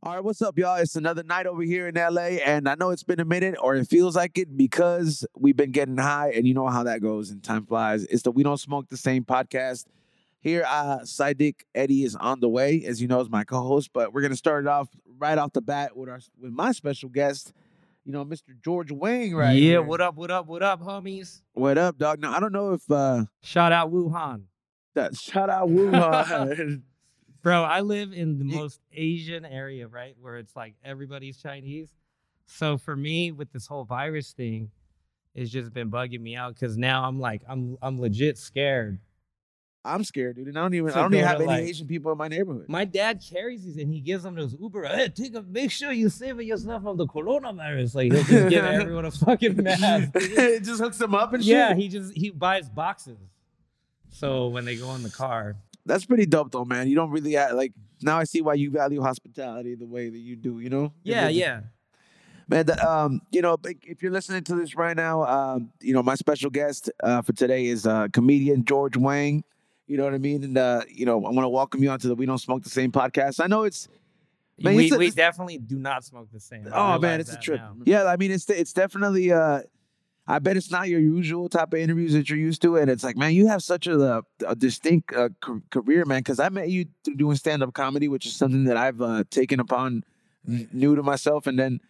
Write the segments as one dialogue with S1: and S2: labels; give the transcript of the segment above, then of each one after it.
S1: All right, what's up, y'all? It's another night over here in LA, and I know it's been a minute, or it feels like it, because we've been getting high, and you know how that goes, and time flies. It's the We Don't Smoke the Same podcast. Here, uh, Sadiq Eddie is on the way, as you know, is my co-host, but we're gonna start it off right off the bat with our with my special guest, you know, Mr. George Wang, right?
S2: yeah,
S1: here.
S2: what up, what up, what up, homies?
S1: What up, dog? Now I don't know if uh,
S2: Shout out Wuhan.
S1: that shout out Wuhan.
S2: Bro, I live in the
S1: Ye-
S2: most Asian area, right? Where it's like everybody's Chinese. So for me, with this whole virus thing, it's just been bugging me out because now I'm like, I'm I'm legit scared.
S1: I'm scared, dude, and I don't even
S2: So
S1: I don't even
S2: go
S1: have
S2: to,
S1: any
S2: like-
S1: Asian people in my neighborhood.
S2: My dad carries these and he gives them those Uber. Hey, take a make sure you save yourself from the coronavirus. Like he'll just give everyone a fucking mask.
S1: it just hooks them up and shit.
S2: yeah, he just he buys boxes. So when they go in the car,
S1: That's pretty dope though, man. You don't really act, like now. I see why you value hospitality the way that you do. You know?
S2: yeah,
S1: It-
S2: yeah.
S1: man. The, um, you know, like, if you're listening to this right now, um, you know, my special guest uh, for today is uh, comedian George Wang. You know what I mean? And uh, you know, I want to welcome you onto the We Don't Smoke the Same podcast. I know it's Man,
S2: we,
S1: it's a-
S2: we definitely do not smoke the same. I
S1: oh man,
S2: realize
S1: it's a
S2: that
S1: trip.
S2: now. Mm-hmm.
S1: Yeah, I mean, it's it's definitely. Uh, I bet it's not your usual type of interviews that you're used to, and it's like, man, you have such a, uh, a distinct uh, ca- career, man. Because I met you through doing stand up comedy, which is something that I've uh, taken upon n- new to myself, and then.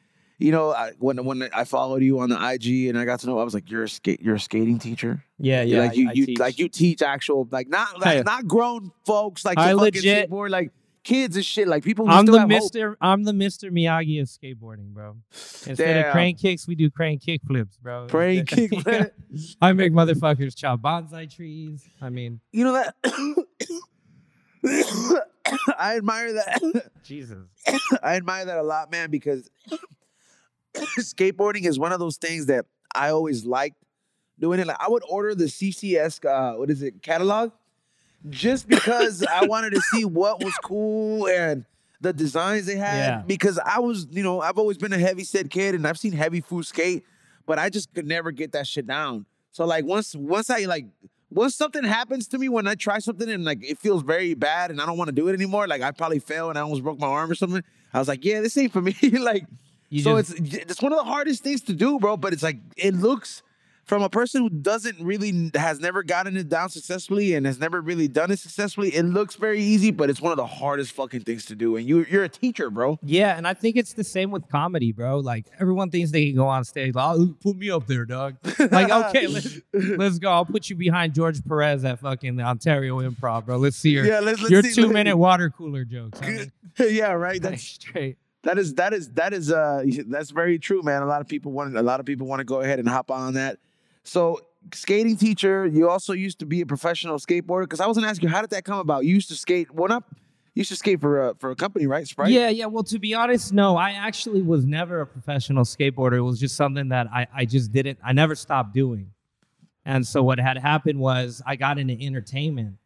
S1: You know, I, when when I followed you on the IG and I got to know, I was like, "You're a skate, you're a skating teacher,
S2: Yeah, yeah.
S1: like
S2: I-
S1: you,
S2: I
S1: you
S2: teach.
S1: like you teach actual, like not like
S2: Hey.
S1: not grown folks, like
S2: I
S1: the fucking
S2: legit-
S1: skateboard, like kids and shit, like people who
S2: I'm
S1: still
S2: the
S1: have hope.
S2: Mister. I'm the Mister Miyagi of skateboarding, bro. Instead
S1: Damn.
S2: of crane kicks, we do crane kick flips, bro.
S1: Crane
S2: Instead-
S1: kick
S2: Yeah.
S1: flip.
S2: I make motherfuckers chop bonsai trees. I mean,
S1: you know that I admire that
S2: Jesus.
S1: I admire that a lot, man, because skateboarding is one of those things that I always liked doing it. Like I would order the CCS uh, what is it, catalog just because I wanted to see what was cool and the designs they had.
S2: Yeah.
S1: Because I was, you know, I've always been a heavy set kid and I've seen heavy food skate, but I just could never get that shit down. So like once once I like once something happens to me when I try something and like it feels very bad and I don't want to do it anymore, like I probably fail and I almost broke my arm or something. I was like, yeah, this ain't for me. like,
S2: You
S1: so
S2: just-
S1: it's it's one of the hardest things to do, bro. But it's like it looks from a person who doesn't really has never gotten it down successfully and has never really done it successfully. It looks very easy, but it's one of the hardest fucking things to do. And you you're a teacher, bro.
S2: Yeah, and I think it's the same with comedy, bro. Like everyone thinks they can go on stage. Like, "Oh, put me up there, dog. Like, okay, let's, let's go. I'll put you behind George Perez at fucking Ontario Improv, bro. Let's see your
S1: Yeah, let's- let's
S2: your
S1: see-
S2: two minute water cooler jokes. I mean,
S1: yeah, right. That's
S2: straight.
S1: That is that is that is uh that's very true, man. A lot of people want a lot of people want to go ahead and hop on that. So skating teacher, you also used to be a professional skateboarder because I wasn't asking you how did that come about. You used to skate one up, you used to skate for a for a company, right? Sprite.
S2: Yeah, yeah. Well, to be honest, no, I actually was never a professional skateboarder. It was just something that I, I just didn't, I never stopped doing. And so what had happened was I got into entertainment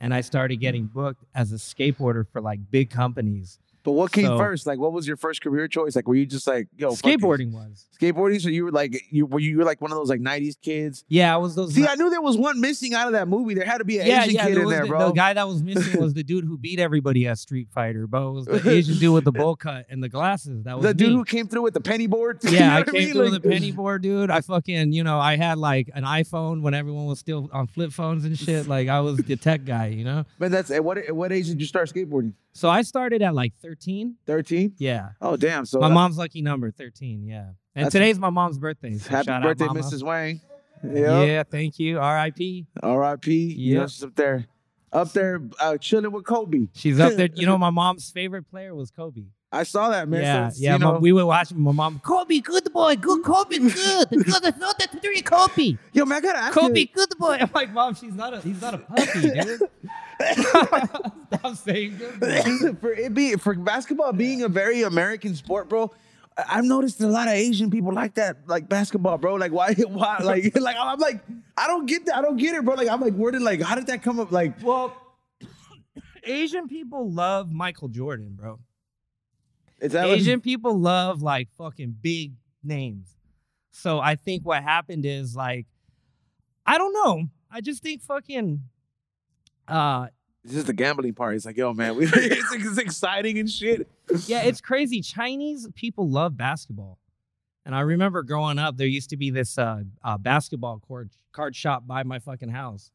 S2: and I started getting booked as a skateboarder for like big companies.
S1: But what came
S2: So-
S1: first? Like, what was your first career choice? Like, were you just like yo Oh, fuck it.
S2: Skateboarding was.
S1: skateboarding? So you were like you were you were like one of those like '90s kids.
S2: Yeah, I was those.
S1: See, I knew there was one missing out of that movie. There had to be an
S2: yeah,
S1: Asian
S2: yeah.
S1: kid
S2: there
S1: in
S2: was
S1: there,
S2: the,
S1: bro.
S2: the guy that was missing was the dude who beat everybody at Street Fighter, bro. It was the Asian dude with the bowl cut and the glasses. That was
S1: the dude
S2: me.
S1: who came through with the penny board. You know
S2: Yeah, I
S1: what
S2: came
S1: mean?
S2: through
S1: Like-
S2: the penny board, dude. I fucking, you know, I had like an iPhone when everyone was still on flip phones and shit. Like I was the tech guy, you know.
S1: Man, that's at what at what age did you start skateboarding?
S2: So I started at like 13.
S1: 13?
S2: Yeah,
S1: Oh, damn. So
S2: my
S1: uh,
S2: mom's lucky number 13. Yeah, and
S1: That's-
S2: today's my mom's birthday. So
S1: happy
S2: shout
S1: birthday,
S2: out, mama.
S1: Mrs. Wang.
S2: Yeah.
S1: Yeah.
S2: thank you. R.I.P.
S1: R.I.P. You know,
S2: Yeah.
S1: she's up there. Up there, uh, chilling with Kobe.
S2: She's up there. You know, my mom's favorite player was Kobe.
S1: I saw that, man.
S2: yeah,
S1: So,
S2: yeah.
S1: You
S2: mom-
S1: know,
S2: we would watch my mom. Kobe, good boy, good Kobe, good. Good, I thought that three, Kobe.
S1: yo, man, I gotta ask
S2: Kobe,
S1: you.
S2: good boy. I'm like, mom, she's not a, he's not a puppy, dude. Stop saying good boy.
S1: for it be for basketball being a very American sport, bro. I- I've noticed a lot of Asian people like that, like basketball, bro. Like why, why, like, like I'm like, I don't get that, I don't get it, bro. Like I'm like, where did like, how did that come up? Like,
S2: Well, Asian people love Michael Jordan, bro.
S1: is that what-
S2: Asian people love like fucking big names. So I think what happened is like, I don't know. I just think fucking uh
S1: It's just the gambling part. It's like, yo, man, we, it's, it's exciting and shit.
S2: yeah, it's crazy. Chinese people love basketball. And I remember growing up, there used to be this uh, uh, basketball court, card shop by my fucking house.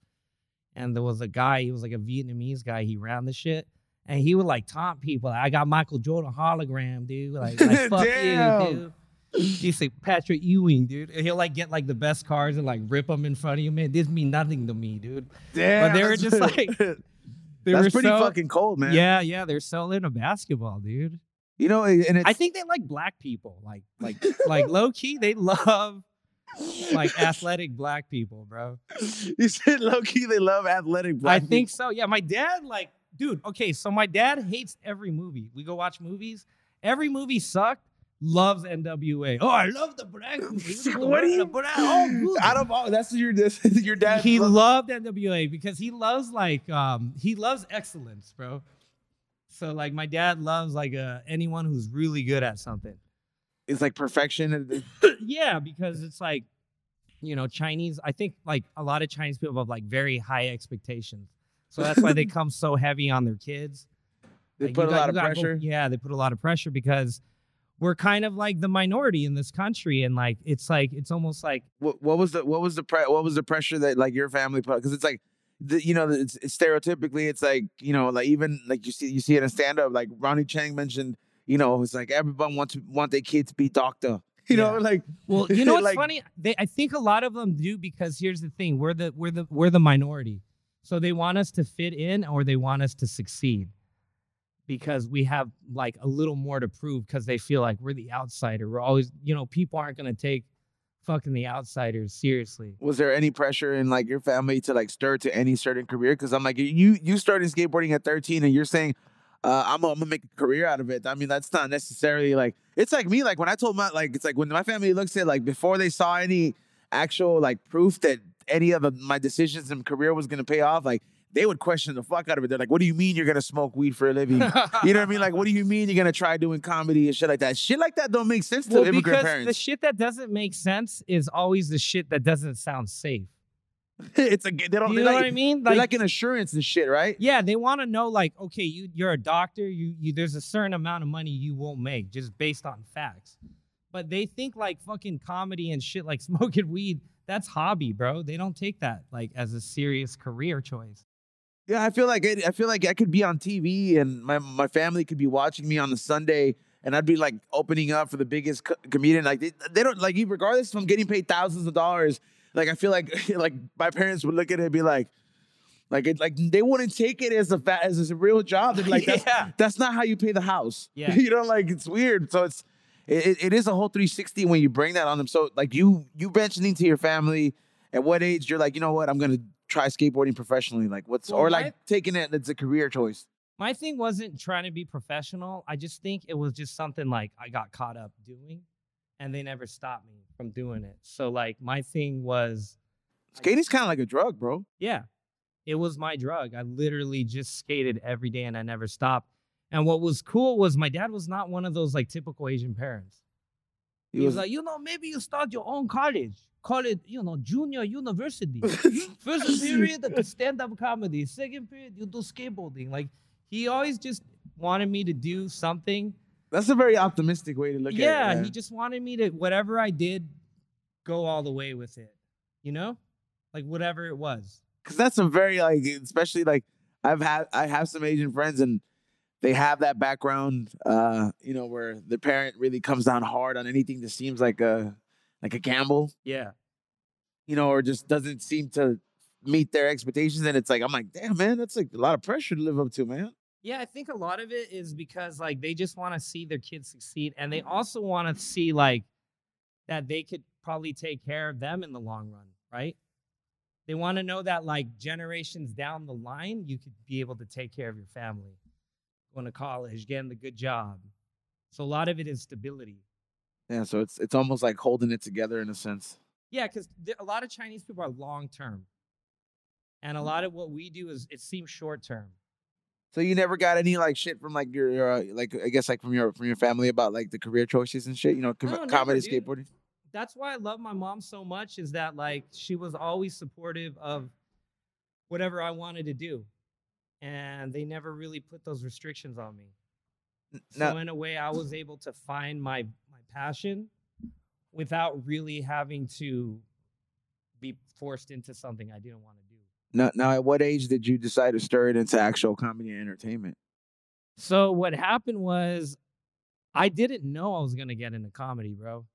S2: And there was a guy, he was like a Vietnamese guy. He ran the shit. And he would like taunt people. I got Michael Jordan hologram, dude. Like, like fuck
S1: Damn.
S2: you, dude. He's like Patrick Ewing, dude. And he'll like get like the best cards and like rip them in front of you. Man, this mean nothing to me, dude.
S1: Damn.
S2: they were
S1: that's-
S2: just like- They
S1: that's
S2: were
S1: pretty
S2: so-
S1: fucking cold, man.
S2: Yeah, yeah. They're so into basketball, dude.
S1: You know, and it's,
S2: I think they like black people, like like like low key. They love like athletic black people, bro.
S1: you said low key they love athletic
S2: I
S1: black
S2: think so. Yeah, my dad like, dude. Okay, so my dad hates every movie. We go watch movies. Every movie sucked. Loves NWA. Oh, I love the black.
S1: people. What do you? Out of all, that's your that's your dad.
S2: He
S1: loves
S2: loved NWA because he loves like um he loves excellence, bro. So like my dad loves like uh, anyone who's really good at something.
S1: it's like perfection. and-
S2: yeah, because it's like, you know, Chinese. I think like a lot of Chinese people have like very high expectations, so that's why they come so heavy on their kids.
S1: They
S2: Like,
S1: put
S2: you
S1: a
S2: got-
S1: lot
S2: you
S1: of
S2: gotta go-
S1: pressure.
S2: yeah, they put a lot of pressure because we're kind of like the minority in this country, and like it's like it's almost like
S1: what, what was the what was the pre- what was the pressure that like your family put because it's like the, you know it's, it's stereotypically it's like you know like even like you see you see it in stand up like Ronnie Chang mentioned you know it's like everyone wants to want their kids to be doctor you know
S2: Yeah.
S1: like
S2: Well, you know what's
S1: Like-
S2: funny? They, I think a lot of them do because here's the thing: we're the we're the we're the minority, so they want us to fit in or they want us to succeed because we have like a little more to prove because they feel like we're the outsider. We're always, you know, people aren't gonna take fucking the outsiders seriously.
S1: was there any pressure in like your family to like stir to any certain career because I'm like you you started skateboarding at 13 and you're saying uh, I'm, gonna- I'm gonna make a career out of it. I mean, that's not necessarily like it's like me. Like when I told my like it's like when my family looks at like before they saw any actual like proof that any of my decisions in career was gonna pay off. Like they would question the fuck out of it. They're like, "What do you mean you're gonna smoke weed for a living? you know what I mean? Like, what do you mean you're gonna try doing comedy and shit like that? Shit like that don't make sense to
S2: well,
S1: immigrant
S2: because the
S1: parents.
S2: shit that doesn't make sense is always the shit that doesn't sound safe.
S1: it's like they don't.
S2: You
S1: They
S2: know
S1: like,
S2: what I mean?
S1: they're like an assurance and shit, right?
S2: Yeah, they want to know like, okay, you you're a doctor, you, you there's a certain amount of money you won't make just based on facts. But they think like fucking comedy and shit like smoking weed, that's hobby, bro. They don't take that like as a serious career choice.
S1: Yeah, I feel like it, I feel like I could be on TV and my my family could be watching me on the Sunday, and I'd be like opening up for the biggest co- comedian. Like they, they don't like e, regardless if I'm getting paid thousands of dollars. Like I feel like like my parents would look at it and be like, like it, like they wouldn't take it as a fa- as a real job. They'd be like that's
S2: Yeah.
S1: that's not how you pay the house.
S2: Yeah.
S1: you know, like it's weird. So it's it, it- it is a whole 360 when you bring that on them. So like you you mentioning to your family at what age you're like, you know what, I'm gonna try skateboarding professionally. Like what's
S2: Well,
S1: or
S2: my-
S1: like taking it it's a career choice.
S2: My thing wasn't trying to be professional. I just think it was just something like I got caught up doing and they never stopped me from doing it. So like my thing was
S1: Skating's kind of like a drug, bro.
S2: Yeah. It was my drug. I literally just skated every day and I never stopped. And what was cool was my dad was not one of those like typical Asian parents. He, was, like, you know, maybe you start your own college. Call it, you know, junior university. First period, stand up comedy. Second period, you do skateboarding. Like, he always just wanted me to do something.
S1: that's a very optimistic way to look
S2: yeah,
S1: at it. man.
S2: he just wanted me to, whatever I did, go all the way with it, you know? Like, whatever it was.
S1: because that's a very like especially like i've had i have some asian friends and they have that background uh you know where the parent really comes down hard on anything that seems like a like a gamble
S2: Yeah.
S1: you know or just doesn't seem to meet their expectations and it's like i'm like damn man that's like a lot of pressure to live up to man
S2: Yeah, I think a lot of it is because like they just want to see their kids succeed and they also want to see like that they could probably take care of them in the long run, right? They want to know that like generations down the line you could be able to take care of your family. Going to college, getting the good job. So a lot of it is stability.
S1: yeah so it's it's almost like holding it together in a sense
S2: Yeah, because a lot of Chinese people are long term. And a lot of what we do is it seems short term.
S1: so you never got any like shit from like your, your uh, like i guess like from your from your family about like the career choices and shit you know com-
S2: No, never,
S1: comedy
S2: dude.
S1: skateboarding
S2: that's why I love my mom so much is that like she was always supportive of whatever I wanted to do. and they never really put those restrictions on me.
S1: Now-
S2: So in a way, I was able to find my my passion without really having to be forced into something I didn't want to do.
S1: Now, now, at what age did you decide to stir it into actual comedy and entertainment?
S2: So what happened was, I didn't know I was gonna get into comedy, bro.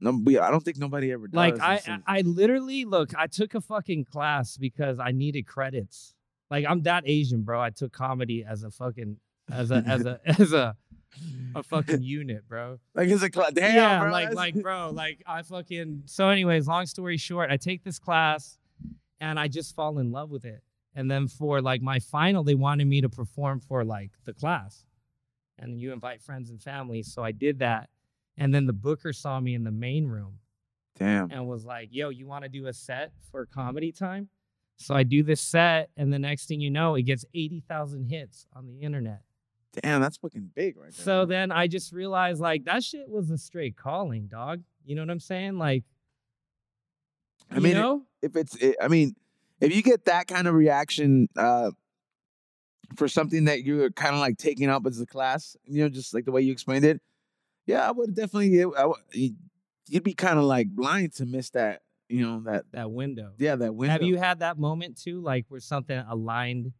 S1: No, we, I don't think nobody ever does.
S2: Like I,
S1: It's-
S2: I I literally look, I took a fucking class because I needed credits. Like I'm that Asian, bro. I took comedy as a fucking as a as a as a a fucking unit, bro.
S1: like it's a cla- damn,
S2: yeah,
S1: bro,
S2: like
S1: that's-
S2: like bro, like I fucking so anyways, long story short, I take this class and I just fall in love with it. And then for like my final, they wanted me to perform for like the class. And you invite friends and family, so I did that. And then the booker saw me in the main room
S1: damn.
S2: and was like, "Yo, you want to do a set for comedy time?" So I do this set, and the next thing you know, it gets eighty thousand hits on the internet.
S1: Damn, that's fucking big right there.
S2: So then I just realized like that shit was a straight calling, dog. You know what I'm saying? Like,
S1: I
S2: you
S1: mean,
S2: know?
S1: if it's, it, I mean, if you get that kind of reaction uh, for something that you're kind of like taking up as a class, you know, just like the way you explained it, yeah, I would definitely, I would- you'd- you'd be kind of like blind to miss that, you know, that,
S2: that window.
S1: yeah, that window.
S2: Have you had that moment too, like where something aligned?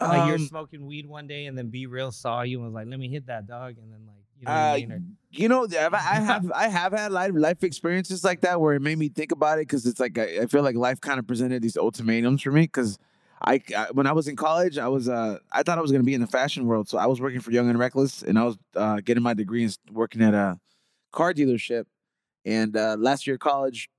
S2: Like you're
S1: Um,
S2: smoking weed one day, and then Be Real saw you and was like, "Let me hit that dog," and then like, you know, what I
S1: Uh,
S2: mean? Or-
S1: you know, th- I've- I have I have had life life experiences like that where it made me think about it because it's like I, I feel like life kind of presented these ultimatums for me because I, I when I was in college I was uh I thought I was gonna be in the fashion world so I was working for Young and Reckless and I was uh, getting my degree and s- working at a car dealership and uh, last year of college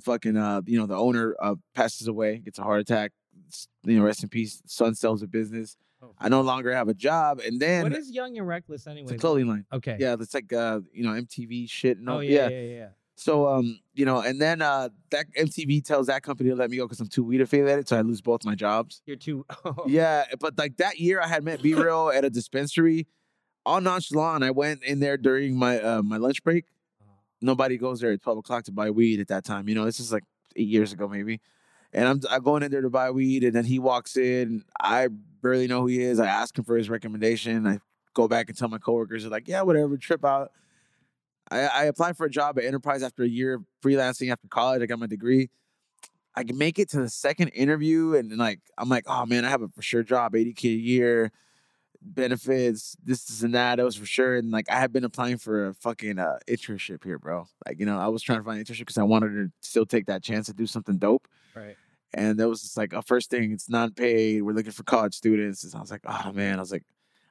S1: fucking uh you know the owner uh, passes away gets a heart attack s- you know rest in peace son sells the business
S2: Oh.
S1: I no longer have a job and then
S2: what is Young and Reckless
S1: it's a
S2: anyway?
S1: clothing line.
S2: Okay.
S1: Yeah, that's like uh, you know, MTV shit and all.
S2: oh
S1: yeah.
S2: yeah, yeah, yeah.
S1: So um, you know, and then uh, that MTV tells that company to let me go because I'm too weed affiliated, so I lose both my jobs.
S2: You're too.
S1: Yeah, but like that year, I had met B Real at a dispensary. All nonchalant, I went in there during my uh, my lunch break.
S2: Oh,
S1: Nobody goes there at twelve o'clock to buy weed at that time. You know, this is like eight years ago maybe. And I'm I'm going in there to buy weed, and then he walks in. I barely know who he is. I ask him for his recommendation. I go back and tell my coworkers, they're like, yeah, whatever, trip out. I, I applied for a job at Enterprise after a year of freelancing after college. I got my degree. I can make it to the second interview, and then, like I'm like, oh man, I have a for sure job, 80k a year, benefits, this, this, and that. That was for sure. And like I had been applying for a fucking uh, internship here, bro. Like you know, I was trying to find an internship because I wanted to still take that chance to do something dope.
S2: Right.
S1: And that was just like a first thing. It's not paid. We're looking for college students. And I was like, oh man, I was like,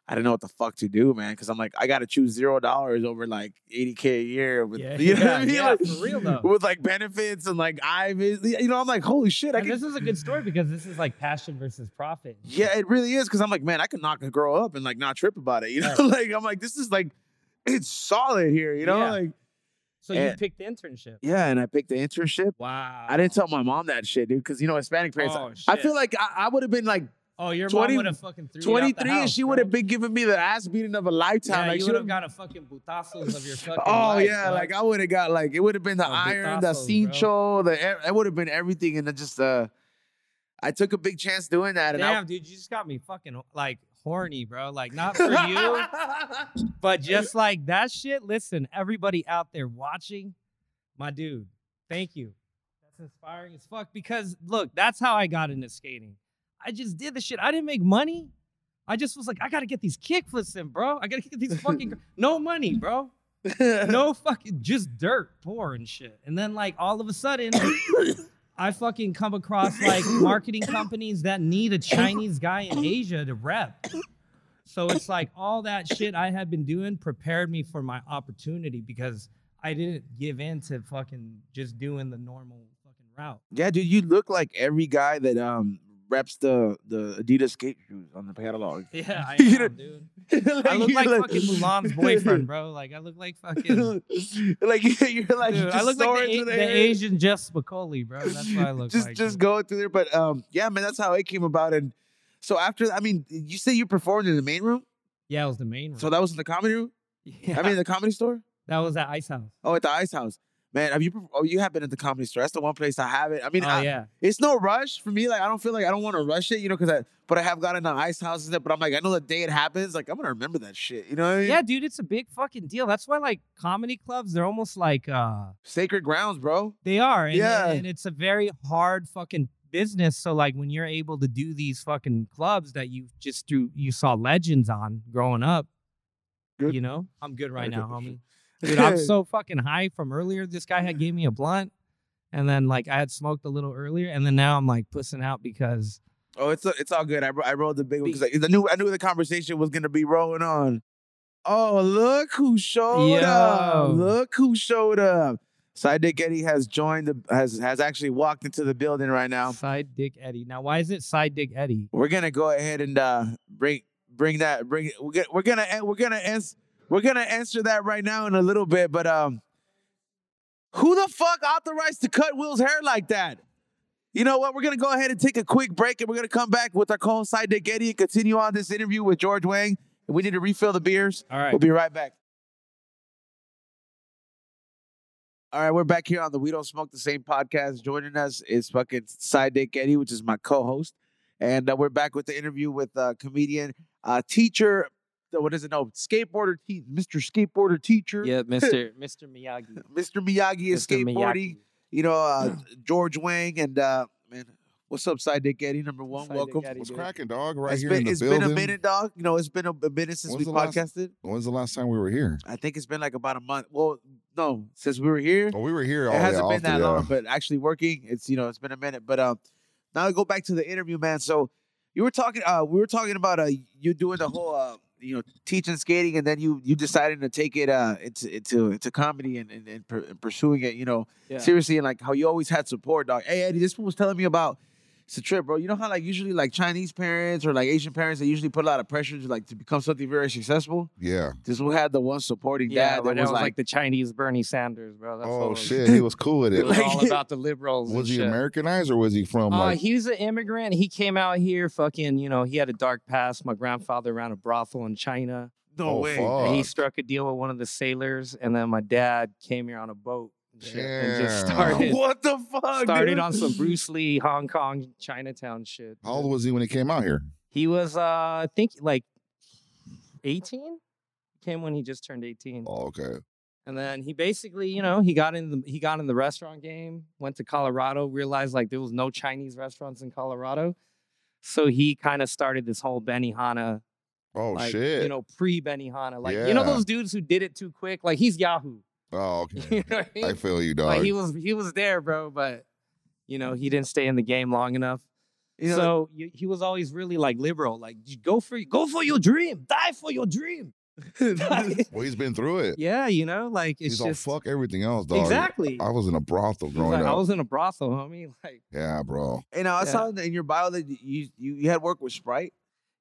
S1: I didn't know what the fuck to do, man, because I'm like, I got to choose zero dollars over like 80k a year with
S2: Yeah,
S1: you know what I
S2: yeah,
S1: mean?
S2: yeah,
S1: Like,
S2: for real though.
S1: With like benefits and like I, you know, I'm like, holy shit, I
S2: And
S1: can.
S2: this is a good story because this is like passion versus profit.
S1: Yeah, it really is because I'm like, man, I could knock a girl up and like not trip about it, you know?
S2: Right.
S1: like I'm like, this is like, it's solid here, you know?
S2: Yeah.
S1: Like,
S2: So you
S1: And-
S2: picked the internship.
S1: yeah, and I picked the internship.
S2: Wow.
S1: I didn't tell my mom that shit, dude, because you know Hispanic parents.
S2: Oh,
S1: I
S2: shit.
S1: feel like I, I would have been like
S2: Oh, your
S1: 20
S2: mom would have fucking threw
S1: 23,
S2: You out the
S1: and
S2: house,
S1: she
S2: bro.
S1: would have been giving me the ass beating of a lifetime.
S2: Yeah,
S1: like
S2: you
S1: she
S2: would have
S1: would've-
S2: got a fucking putazos of your fucking.
S1: Oh
S2: life,
S1: yeah,
S2: dog.
S1: like I would have got like it would have been the
S2: Oh,
S1: iron, the
S2: bitazos,
S1: cincho, the e- it would have been everything, and then just uh, I took a big chance doing that, and
S2: Damn, dude, you just got me fucking like horny, bro. Like not for you,
S1: I,
S2: but just like that shit. Listen, everybody out there watching, my dude, thank you. That's inspiring as fuck. Because look, that's how I got into skating. I just did the shit. I didn't make money. I just was like, I gotta get these kickflips in, bro. I gotta get these fucking gr- no money, bro. no fucking just dirt poor and shit. And then like all of a sudden I fucking come across like marketing companies that need a Chinese guy in Asia to rep. So it's like all that shit I had been doing prepared me for my opportunity because I didn't give in to fucking just doing the normal fucking route.
S1: Yeah, dude, you look like every guy that um reps the the Adidas skate shoes on the catalog.
S2: Yeah, I
S1: You know-
S2: am, dude. I look
S1: you're
S2: like fucking Mulan's boyfriend, bro. Like I look like fucking dude,
S1: like you're like just
S2: I look like
S1: soaring
S2: the,
S1: through
S2: A-
S1: air.
S2: the Asian Jeff Spicoli, bro. That's what I look
S1: just
S2: like.
S1: just
S2: dude.
S1: going through there. But um, yeah, man, that's how it came about. And so after, I mean, you say you performed in the main room,
S2: Yeah, it was the main room.
S1: so that was in the comedy room.
S2: yeah.
S1: I mean, the comedy store.
S2: That was at Ice House.
S1: Oh, at the Ice House. Man, have you? perf- Oh, you have been at the Comedy Store. That's the one place I haven't. I mean,
S2: oh
S1: I-
S2: yeah.
S1: it's no rush for me. Like I don't feel like I don't want to rush it, you know, because I. But I have gotten the ice houses that. But I'm like, I know the day it happens. Like I'm gonna remember that shit. You know what I mean?
S2: Yeah, dude, it's a big fucking deal. That's why like comedy clubs, they're almost like uh
S1: Sacred grounds, bro.
S2: They are. And,
S1: Yeah.
S2: And it's a very hard fucking business. So like when you're able to do these fucking clubs that you just threw you saw legends on growing up.
S1: Good.
S2: You know? I'm good right
S1: Very
S2: now,
S1: good.
S2: homie. Dude, I'm so fucking high from earlier. This guy had gave me a blunt. And then like I had smoked a little earlier. And then now I'm like pussing out because
S1: Oh, it's it's all good. I, ro- I rolled the big one because I, knew I knew the conversation was gonna be rolling on. Oh, look who showed up!
S2: Yo.
S1: Look who showed up! Side Dick Eddie has joined the has has actually walked into the building right now.
S2: side dick Eddie. Now why is it side dick Eddie?
S1: We're gonna go ahead and uh, bring bring that bring we're gonna we're gonna an- we're gonna ans- we're gonna answer that right now in a little bit. But um, who the fuck authorized to cut Will's hair like that? You know what? We're gonna go ahead and take a quick break, and we're gonna come back with our co-host Side Dick Eddie and continue on this interview with George Wang. We need to refill the beers.
S2: All right.
S1: We'll be right back. All right, we're back here on the We Don't Smoke the Same podcast. Joining us is fucking Side Dick Eddie, which is my co-host, and uh, we're back with the interview with uh, comedian, uh, teacher, uh, what is it? No, skateboarder, te- Mr. Skateboarder Teacher,
S2: yeah, Mr. Mr. Miyagi.
S1: Mr. Miyagi is
S2: Mr.
S1: skateboarding.
S2: Miyagi.
S1: You know, uh, George Wang, and uh, man, what's up, Side Dick Eddie? Number one,
S2: Side Dick
S1: welcome.
S2: Eddie, What's
S1: It's
S3: It's
S2: dude.
S3: cracking, dog. Right here in
S1: been
S3: the
S1: it's
S3: building.
S1: been a minute, dog. You know, it's been a, a minute since
S3: When's
S1: we
S3: the last-
S1: podcasted.
S3: When's the last time we were here?
S1: I think it's been like about a month. Well, no, since we were here,
S3: Oh, we were here. all
S1: it hasn't been that
S3: yeah. uh,
S1: long. But actually working, it's you know, it's been a minute. But um, now to go back to the interview, man. So you were talking, uh, we were talking about uh, you doing the whole uh, you know, teaching skating, and then you you decided to take it uh into into into comedy and and, and, per- and pursuing it. You know,
S2: Yeah.
S1: seriously, and like how you always had support, dog. Hey, Eddie, this one was telling me about. It's a trip, bro. You know how like usually like Chinese parents or like Asian parents, they usually put a lot of pressure to like to become something very successful.
S3: yeah.
S1: This one had the one supporting
S2: Yeah,
S1: dad
S2: but
S1: that
S2: it
S1: was like,
S2: the Chinese Bernie Sanders, bro. That's all it
S3: Oh
S2: was.
S3: shit, he was cool with
S2: It
S3: it.
S2: was
S1: Like-
S2: all about the liberals. and
S3: was he
S2: shit.
S3: Americanized or was he from
S2: Uh,
S3: like?
S2: he was an immigrant. He came out here, fucking, you know, he had a dark past. My grandfather ran a brothel in China.
S1: no
S3: oh,
S1: way.
S2: and he
S3: Fuck.
S2: struck a deal with one of the sailors, and then my dad came here on a boat and shit, and just
S3: Damn.
S2: started
S1: What the fuck?
S2: started
S1: dude?
S2: on some Bruce Lee, Hong Kong, Chinatown shit.
S3: How old was he when he came out here?
S2: He was, uh, I think, like eighteen. Came when he just turned eighteen.
S3: Oh, okay.
S2: And then he basically, you know, he got in the he got in the restaurant game, went to Colorado, realized like there was no Chinese restaurants in Colorado. So he kind of started this whole Benihana,
S3: Oh
S2: like
S3: shit.
S2: you know, pre Benihana, like you know
S3: Yeah.
S2: those dudes who did it too quick. Like he's Yahoo,
S3: oh, okay.
S2: you know what I mean?
S3: I feel you, dog.
S2: like he was he was there, bro, but you know he didn't stay in the game long enough.
S1: You know,
S2: so you, he was always really like liberal, like "You go for go for your dream, die for your dream.
S3: well, he's been through it.
S2: yeah, you know, like it's
S3: he's
S2: just
S3: all fuck everything else, dog.
S2: exactly.
S3: I was in a brothel
S2: He's
S3: growing
S2: like,
S3: up.
S2: I was in a brothel, homie. Like,
S3: yeah, bro.
S1: and I
S2: yeah.
S1: saw in your bio that you, you you had work with Sprite.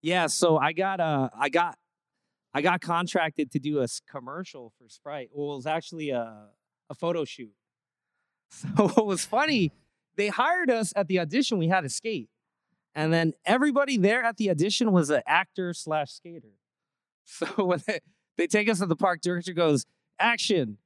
S2: yeah. So I got uh, I got, I got contracted to do a s- commercial for Sprite. Well, it was actually a a photo shoot. So what was funny, they hired us at the audition. We had to skate, and then everybody there at the audition was an actor slash skater. So when they, they take us to the park, director goes action.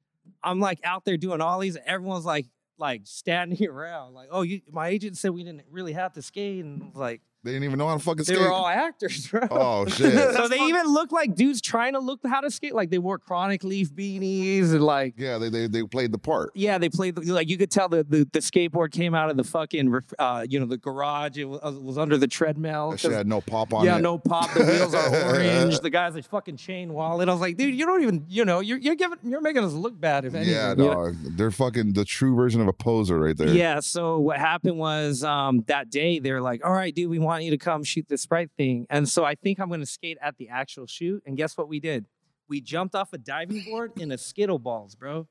S2: I'm like out there doing ollies. Everyone's like like standing around, like oh, you, my agent said we didn't really have to skate, and I was like.
S3: They didn't even know how to fucking
S2: They
S3: skate.
S2: were all actors, bro.
S3: oh shit.
S2: so they even looked like dudes trying to look how to skate. Like they wore chronic leaf beanies and like
S3: yeah, they, they they played the part.
S2: yeah, they played the, like you could tell the, the the skateboard came out of the fucking ref- uh, you know the garage. It was, uh, was under the treadmill.
S3: That shit
S2: 'cause-
S3: had no pop on
S2: yeah,
S3: it.
S2: no pop. The wheels are orange. The guy's a fucking chain wallet. I was like, dude, you don't even you know you're you're giving you're making us look bad if anything.
S3: yeah,
S2: you know?
S3: dog. They're fucking the true version of a poser right there.
S2: Yeah. So what happened was um, that day they were like, "All right, dude, we want you to come shoot this sprite thing." And so I think I'm going to skate at the actual shoot. And guess what we did? We jumped off a diving board in a skittle balls, bro.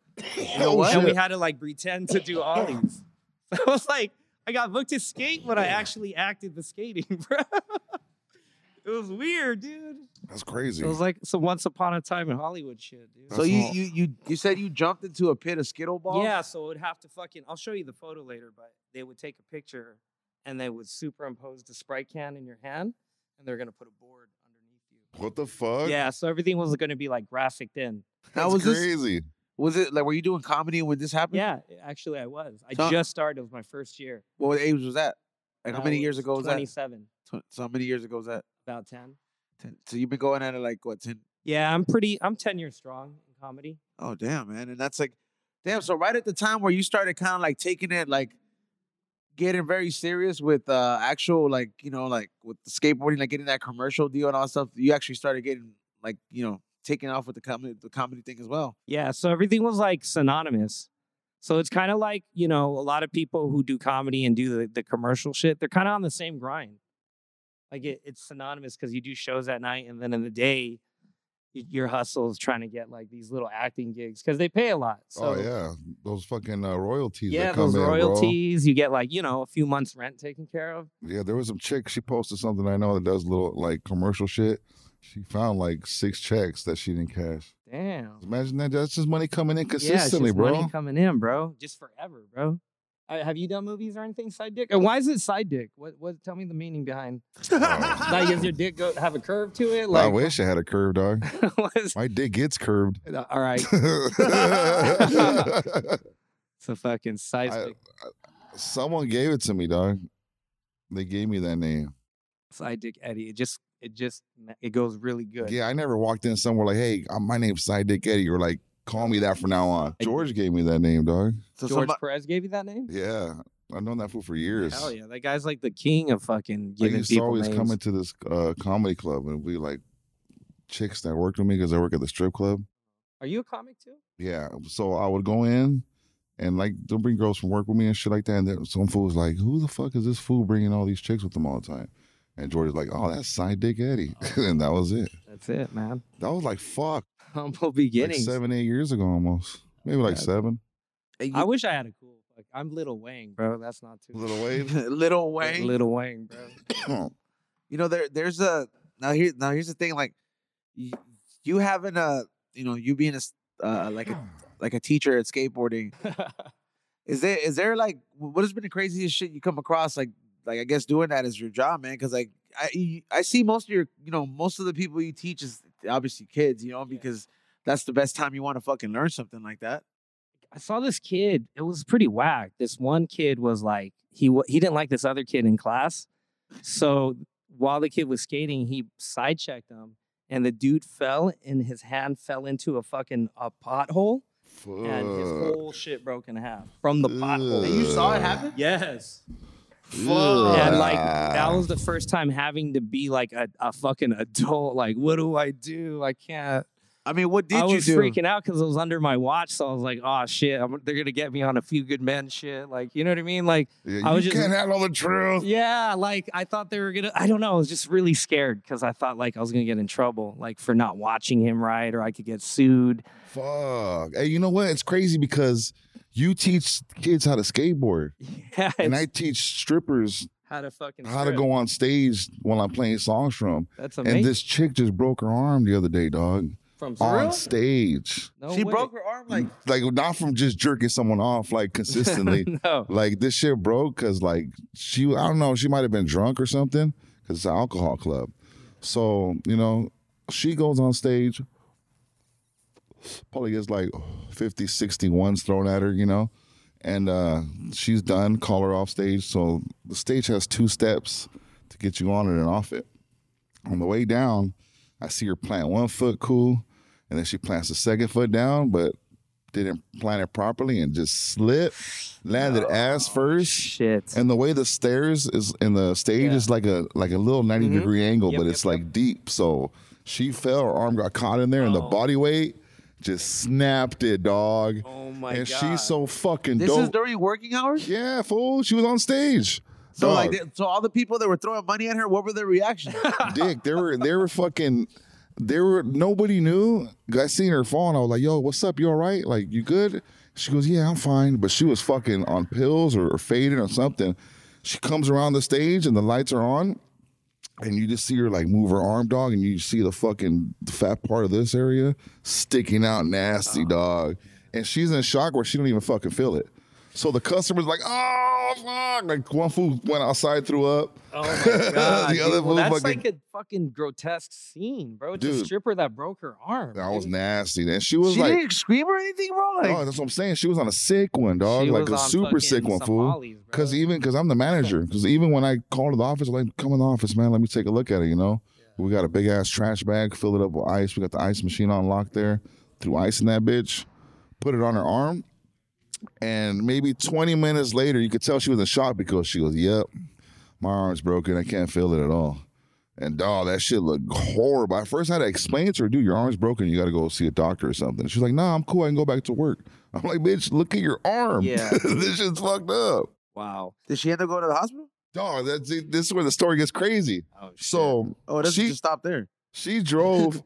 S3: Oh,
S2: and we
S3: shit.
S2: had to like pretend to do ollies. So I was like, I got booked to skate, but I actually acted the skating, bro. It was weird, dude.
S3: That's crazy.
S2: It was like some once upon a time in Hollywood shit, dude.
S1: so
S3: That's
S1: you,
S3: all.
S1: you you you said you jumped into a pit of skittle balls.
S2: Yeah, so it would have to fucking. I'll show you the photo later, but they would take a picture and they would superimpose the sprite can in your hand, and they're gonna put a board underneath you.
S3: what the fuck?
S2: Yeah, so everything was gonna be like graphic then.
S1: Now
S3: That's
S1: was this
S3: crazy.
S1: Was it like were you doing comedy when this happened?
S2: Yeah, actually, I was. I
S1: So-
S2: just started. It was my first year.
S1: What age was that? Like how
S2: I
S1: many years
S2: was
S1: ago was that?
S2: 27,
S1: Tw- So how many years ago was that?
S2: about 10.
S1: Ten. So you've been going at it like what ten?
S2: Yeah, I'm pretty, I'm 10 years strong in comedy.
S1: Oh damn, man! And that's like, damn. So right at the time where you started kind of like taking it like getting very serious with uh actual like you know like with the skateboarding, like getting that commercial deal and all that stuff, you actually started getting like you know taking off with the comedy the comedy thing as well.
S2: Yeah, so everything was like synonymous. So it's kind of like, you know, a lot of people who do comedy and do the, the commercial shit, they're kind of on the same grind. Like it, it's synonymous because you do shows at night and then in the day, y- your hustle is trying to get like these little acting gigs because they pay a lot. So,
S3: oh yeah, those fucking uh, royalties.
S2: Yeah,
S3: that come
S2: those
S3: in, bro.
S2: royalties, you get like, you know, a few months' rent taken care of.
S3: Yeah, there was some chick. She posted something I know that does little like commercial shit. She found like six checks that she didn't cash.
S2: Damn.
S3: Imagine that. That's just money coming in
S2: Yeah, it's
S3: consistently,
S2: just
S3: bro.
S2: Money coming in, bro. Just forever, bro. Uh, have you done movies or anything side dick? And why is it side dick? What? What? Tell me the meaning behind. Like, does your dick go have a curve to it? Like,
S3: I wish I had a curve, dog.
S2: what is-
S3: My dick gets curved.
S2: all right, it's a fucking side
S3: I-
S2: dick.
S3: Someone gave it to me, dog. They gave me that name.
S2: Side dick Eddie. It just, it just, it goes really good.
S3: Yeah, I never walked in somewhere like, "Hey, uh, my name's Side Dick Eddie," or like, "Call me that from now on." George gave me that name, dog.
S1: So
S2: George
S1: somebo-
S2: Perez gave you that name?
S3: Yeah, I've known that fool for years.
S2: Hell yeah, that guy's like the king of fucking
S3: I
S2: giving
S3: used to
S2: people
S3: always
S2: names.
S3: come into this uh, comedy club and we like chicks that worked with me because I work at the strip club.
S2: Are you a comic too?
S3: Yeah, so I would go in and like they'll bring girls from work with me and shit like that. And then some fool was like, "Who the fuck is this fool bringing all these chicks with them all the time?" And George was like, "Oh, that's Side Dick Eddie,"
S2: Oh.
S3: and that was it.
S2: That's it, man.
S3: That was like fuck,
S2: Humble
S3: like
S2: beginnings.
S3: seven, eight years ago almost, maybe like
S2: Yeah.
S3: seven.
S1: and
S2: I
S1: you-
S2: wish I had a cool. Like, I'm Little Wayne, bro. That's not too.
S3: Little Wade.
S1: Little
S2: Like
S1: Wayne.
S2: Little Wayne, bro.
S1: you know there there's a now here now here's the thing like you, you having a you know you being a s- uh, like a like a teacher at skateboarding Is there is there like what has been the craziest shit you come across? Like like I guess doing that is your job, man. Because like I you- I see most of your you know most of the people you teach is obviously kids, you know,
S2: Yeah.
S1: because that's the best time you want to fucking learn something like that.
S2: I saw this kid. It was pretty whack. This one kid was like he wa he didn't like this other kid in class, so while the kid was skating, he side checked him, and the dude fell, and his hand fell into a fucking a pothole, and his
S3: Fuck.
S2: whole shit broke in half from the pothole.
S3: And you saw it
S1: happen?
S2: Yes.
S3: Fuck.
S2: And like that was the first time having to be like a, a fucking adult. Like, what do I do? I can't.
S1: I mean, what did
S2: I
S1: you
S2: was
S1: do?
S2: freaking out because it was under my watch, so I was like, "Oh shit, I'm, they're gonna get me on a few good men shit." Like, you know what I mean? Like,
S3: Yeah,
S2: I
S3: you
S2: was just-
S3: can't handle the truth.
S2: yeah, like I thought they were gonna. I don't know. I was just really scared because I thought like I was gonna get in trouble, like for not watching him right, or I could get sued.
S3: Fuck. Hey, you know what? It's crazy because you teach kids how to skateboard,
S2: Yeah,
S3: and
S2: it's
S3: I teach strippers
S2: how to fucking
S3: how to
S2: strip.
S3: go on stage while I'm playing songs from. 'em.
S2: That's
S3: And
S2: amazing.
S3: this chick just broke her arm the other day, dog,
S2: From
S3: on
S2: real?
S3: stage.
S2: No
S1: she
S2: way.
S1: broke her arm like
S3: Like not from just jerking someone off like consistently.
S2: no.
S3: like this shit broke because like she, I don't know, she might have been drunk or something because it's an alcohol club. So you know, she goes on stage, probably gets like 50, 60 ones thrown at her, you know, and uh, she's done. Call her off stage. So the stage has two steps to get you on it and off it. On the way down, I see her plant one foot cool, and then she plants the second foot down, but didn't plant it properly and just slipped, landed ass first.
S2: Oh, Shit.
S3: And the way the stairs is in the stage
S2: Yeah. Mm-hmm.
S3: is like a like a little 90 degree angle,
S2: Yep,
S3: but
S2: yep,
S3: it's like deep. So she fell, her arm got caught in there, and the
S2: Oh.
S3: body weight just snapped it, dog.
S2: oh my
S3: and
S2: god.
S3: she's so fucking
S1: this is
S3: dope.
S1: during working hours.
S3: yeah, fool. She was on stage.
S1: So like
S3: Dog.
S1: they- so all the people that were throwing money at her, what were their reactions?
S3: dick. They were they were fucking. There were nobody knew. I seen her fall, and I was like, "Yo, what's up? You all right? Like, you good?" She goes, "Yeah, I'm fine." But she was fucking on pills or, or faded or something. She comes around the stage, and the lights are on, and you just see her like move her arm, dog, and you see the fucking fat part of this area sticking out, nasty, dog. And she's in shock where she don't even fucking feel it. So the customer's like, oh, fuck. Like one fool went outside, threw up.
S2: Oh my god!
S3: The
S2: dude.
S3: other
S2: well, that's
S3: motherfucking-
S2: like a fucking grotesque scene, bro. It's
S3: Dude.
S2: a stripper that broke her arm.
S3: That was
S2: dude.
S3: nasty. And she was
S1: she
S3: like,
S1: didn't scream or anything, bro. Like,
S3: oh, that's what I'm saying. She was on a sick one, dog.
S2: She
S3: like
S2: was
S3: a
S2: on
S3: super sick
S2: fucking
S3: one, fool.
S2: Somalis, bro.
S3: Because even because I'm the manager. Because even when I call to the office, like, come in the office, man. Let me take a look at it. You know, we got a big ass trash bag, fill it up with ice. We got the ice machine on lock there. Threw ice in that bitch, put it on her arm, and maybe 20 minutes later, you could tell she was in shock because she goes, "Yep, my arm's broken. I can't feel it at all." And dog, that shit looked horrible. I first had to explain it to her, dude, your arm's broken. You got to go see a doctor or something. She's like, nah, I'm cool. I can go back to work. I'm like, bitch, look at your arm.
S1: Yeah.
S3: this shit's fucked up.
S2: wow.
S1: did she have to go to the hospital?
S3: Dog, that's it- this is where the story gets crazy.
S2: Oh, shit.
S3: So
S1: Oh, it doesn't
S3: She-
S1: just stop there.
S3: she drove.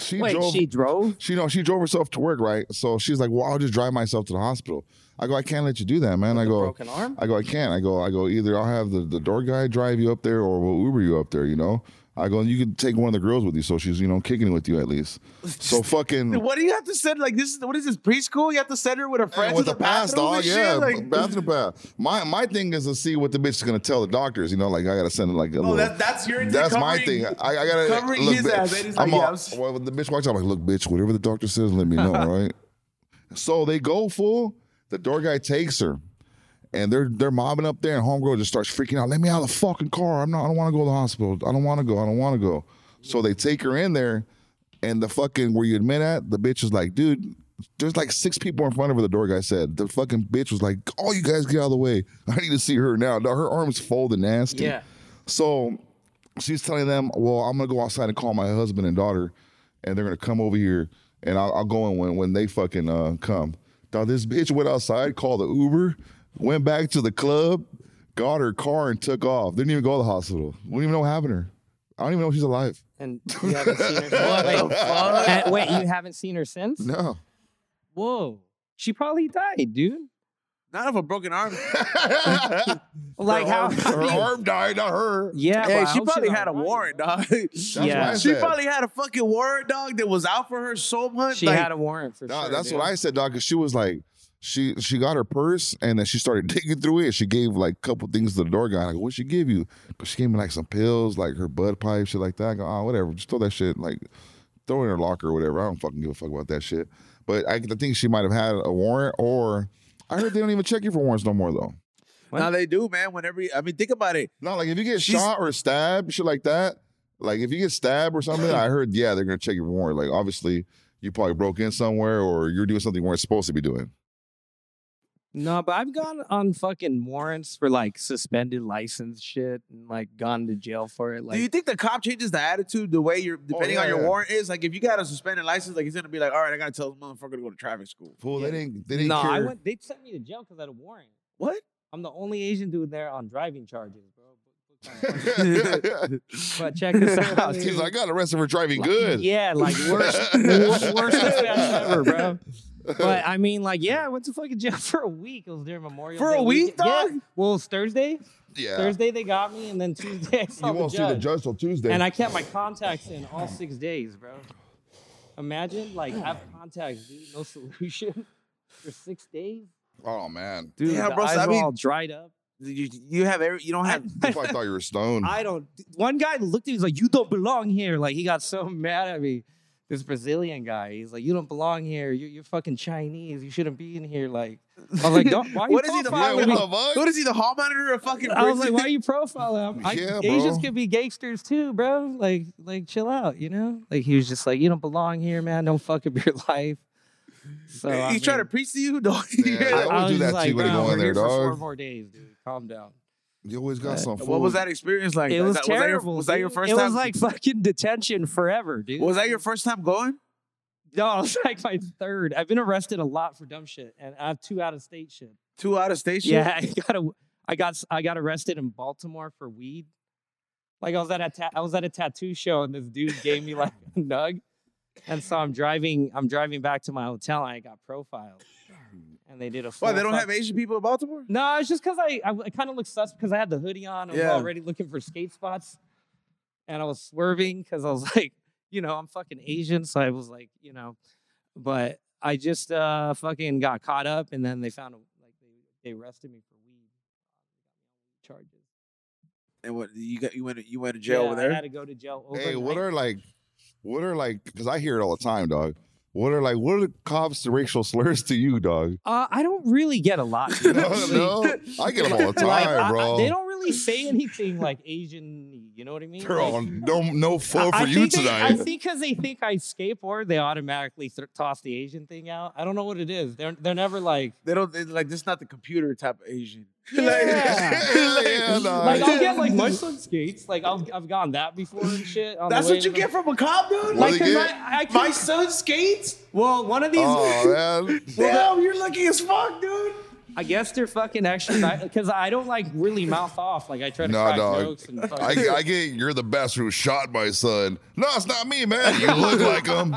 S3: She
S2: wait,
S3: drove.
S2: she drove.
S3: She no, she drove herself to work, right? So she's like, "Well, I'll just drive myself to the hospital." I go, "I can't let you do that, man." I
S2: with a
S3: go,
S2: broken arm.
S3: I go, I can't. I go, I go. Either I'll have the, the door guy drive you up there, or we'll Uber you up there. You know. I go, and you can take one of the girls with you, so she's you know kicking it with you at least. So fucking
S1: What do you have to send? Like this is what is this preschool? You have to send her with her friends
S3: And with
S1: to
S3: the,
S1: the,
S3: pass,
S1: bathroom
S3: dog.
S1: and
S3: Yeah,
S1: shit? Like,
S3: bathroom pass. My my thing is to see what the bitch is gonna tell the doctors. You know, like I gotta send it like a
S1: oh,
S3: little.
S1: that, that's your
S3: That's my
S1: covering-
S3: thing. I, I gotta
S1: covering
S3: look,
S1: his
S3: bi-
S1: ass. And he's
S3: I'm
S1: like, yeah,
S3: all-
S1: I'm s-
S3: well, when the bitch walks out. I'm like, look, bitch, whatever the doctor says, let me know, all right? So they go full. The door guy takes her, and they're they're mobbing up there, and homegirl just starts freaking out. Let me out of the fucking car. I'm not. I don't want to go to the hospital. I don't want to go. I don't want to go. So they take her in there, and the fucking where you admit at, the bitch is like, dude. There's like six people in front of her. The door guy said the fucking bitch was like, "All you guys get out of the way. I need to see her now." Now, Her arms folded nasty.
S2: Yeah.
S3: So she's telling them, "Well, I'm gonna go outside and call my husband and daughter, and they're gonna come over here, and I'll, I'll go in when when they fucking uh, come." Now this bitch went outside, called the Uber, went back to the club, got her car, and took off. Didn't even go to the hospital. We don't even know what happened to her. I don't even know if she's alive.
S2: And you haven't seen her. Whoa, wait, And wait, you haven't seen her since?
S3: No,
S2: Whoa. She probably died, dude.
S1: Not of a broken arm.
S3: her,
S2: Like how?
S3: arm, her arm died, not her.
S2: Yeah.
S1: hey,
S2: bro, I
S1: she
S2: hope
S1: probably
S2: she's
S1: had a
S2: alright,
S1: warrant,
S2: bro.
S1: dog.
S3: That's
S2: Yeah.
S3: what I
S1: she
S3: said.
S1: probably had a fucking warrant, dog, that was out for her so much.
S2: She
S1: like,
S2: had a warrant for
S3: Nah,
S2: sure.
S3: that's
S2: dude.
S3: what I said, dog. Cause she was like, she she got her purse and then she started digging through it. She gave like a couple things to the door guy. And I go, what she give you? 'Cause she gave me like some pills, like her bud pipe, shit like that. I go, oh, whatever. Just throw that shit, like throw it in her locker or whatever. I don't fucking give a fuck about that shit. But I, I think she might have had a warrant or I heard they don't even check you for warrants no more though.
S1: now they do, man. Whenever you, I mean, think about it.
S3: No, like if you get
S1: She's-
S3: shot or stabbed, shit like that. Like if you get stabbed or something, I heard yeah they're gonna check your warrant. Like obviously you probably broke in somewhere or you're doing something you weren't supposed to be doing.
S2: No, but I've gone on fucking warrants for like suspended license shit and like gone to jail for it. Like,
S1: do you think the cop changes the attitude the way you're depending
S3: yeah,
S1: on your
S3: Oh, yeah.
S1: warrant is? Like if you got a suspended license, like he's gonna be like, all right, I gotta tell this motherfucker to go to traffic school.
S3: Fool,
S2: Yeah.
S3: they didn't. They didn't
S2: no,
S3: care.
S2: I went. They sent me to jail because I had a warrant.
S1: What?
S2: I'm the only Asian dude there on driving charges, bro. But- but- But check this out.
S3: He's
S2: dude.
S3: like, I got arrested for driving good.
S2: Yeah, like worst, wor- worst offense ever, bro. But I mean, like, yeah, I went to fucking jail for a week. It was during Memorial
S1: For
S2: Day
S1: a week,
S2: weekend. Yeah.
S1: dog?
S2: Well, it was Thursday.
S3: Yeah.
S2: Thursday they got me, and then Tuesday I saw
S3: You
S2: the
S3: won't see the
S2: judge.
S3: judge till Tuesday.
S2: And I kept my contacts in all six days, bro. Imagine like have contacts, dude, no solution for six days.
S3: oh man,
S2: Dude,
S1: Yeah,
S2: the
S1: bro, so
S2: eyes
S1: I
S2: were
S1: mean-
S2: all dried up.
S1: You, you have every, you don't
S2: I,
S1: have
S3: I thought you were stoned.
S2: I don't. One guy looked at me. He's like, "You don't belong here." Like he got so mad at me. This Brazilian guy. He's like, "You don't belong here. You're, you're fucking Chinese. You shouldn't be in here." Like I was like, don't, "Why are you
S1: What is he, the
S3: yeah,
S2: profiling
S1: fucking-
S3: what
S2: me?"
S3: the
S1: Who
S3: fuck?
S1: does he, the hall monitor of fucking
S2: I was like,
S1: prison?
S2: "Why are you profiling?" him? I,
S3: Yeah,
S2: Asians
S3: bro.
S2: can be gangsters too, bro. Like, like chill out. You know. Like he was just like, "You don't belong here, man. Don't fuck up your life." So
S1: He's
S2: I
S1: trying to
S2: mean,
S1: preach to you? Dog.
S3: Yeah,
S2: I,
S3: they
S2: I
S3: always
S2: was
S3: do that
S2: just
S3: to
S2: like,
S3: you when you
S2: "Bro,
S3: go in
S2: we're
S3: there,
S2: here for four
S3: dog.
S2: more days, dude. Calm down.
S3: You always got
S2: But-
S3: some. Fool.
S1: What was that experience like?
S2: it was
S1: that,
S2: terrible.
S1: Was that your,
S2: dude.
S1: was that your first
S2: it
S1: time?
S2: was like fucking detention forever, dude.
S1: was that your first time going?
S2: No, it's like my third. I've been arrested a lot for dumb shit, and I have two out of state shit.
S1: Two out of station?
S2: Yeah, I got a, I got s- I got arrested in Baltimore for weed. Like I was at a ta- I was at a tattoo show, and this dude gave me like a nug, and so I'm driving I'm driving back to my hotel, and I got profiled, and they did a.
S1: Why,
S2: full
S1: they don't
S2: fuck-
S1: have Asian people in Baltimore?
S2: No, it's just because I I, kind of looked sus because I had the hoodie on. I was
S1: Yeah.
S2: already looking for skate spots, and I was swerving because I was like, you know, I'm fucking Asian, so I was like, you know, but I just uh fucking got caught up, and then they found a, like they They arrested me for weed. Uh, they got me on weed charges.
S1: And what you got? You went you went to jail
S2: Yeah,
S1: over there.
S2: I had to go to jail.
S3: Hey,
S2: overnight.
S3: what are like, what are like? Because I hear it all the time, dog. What are like? What are the cops' racial slurs to you, dog?
S2: Uh, I don't really get a lot.
S3: no,
S2: dude, actually.
S3: no, I get them all the time,
S2: Like, I- I-
S3: bro.
S2: they don't really say anything like Asian. You know what I mean?
S3: They're
S2: Like,
S3: all no no
S2: I-
S3: fun Oh, for
S2: I
S3: you
S2: think they- I
S3: tonight.
S2: think because they think I skateboard, they automatically th- toss the Asian thing out. I don't know what it is. They're they're never like.
S1: They don't they, like. This is not the computer type of Asian.
S2: Yeah.
S3: Hell uh, yeah, dog.
S2: Like I'll get like Muslim skates. Like I'll, I've gone that before and shit. on the
S1: That's
S2: way
S1: what you
S2: to-
S1: get from a cop, dude.
S3: What
S1: Like
S2: Like,
S3: do you
S2: 'cause
S3: get?
S2: I, I
S1: my
S2: couldn't-
S1: son skates.
S2: well, one of these.
S3: oh man,
S1: Damn, you're lucky as fuck, dude.
S2: I guess they're fucking extra because I don't like really mouth off. Like I try to
S3: No,
S2: crack
S3: dog.
S2: jokes and fucking.
S3: I, I get you're the best who shot my son. No, it's not me, man. You look like him.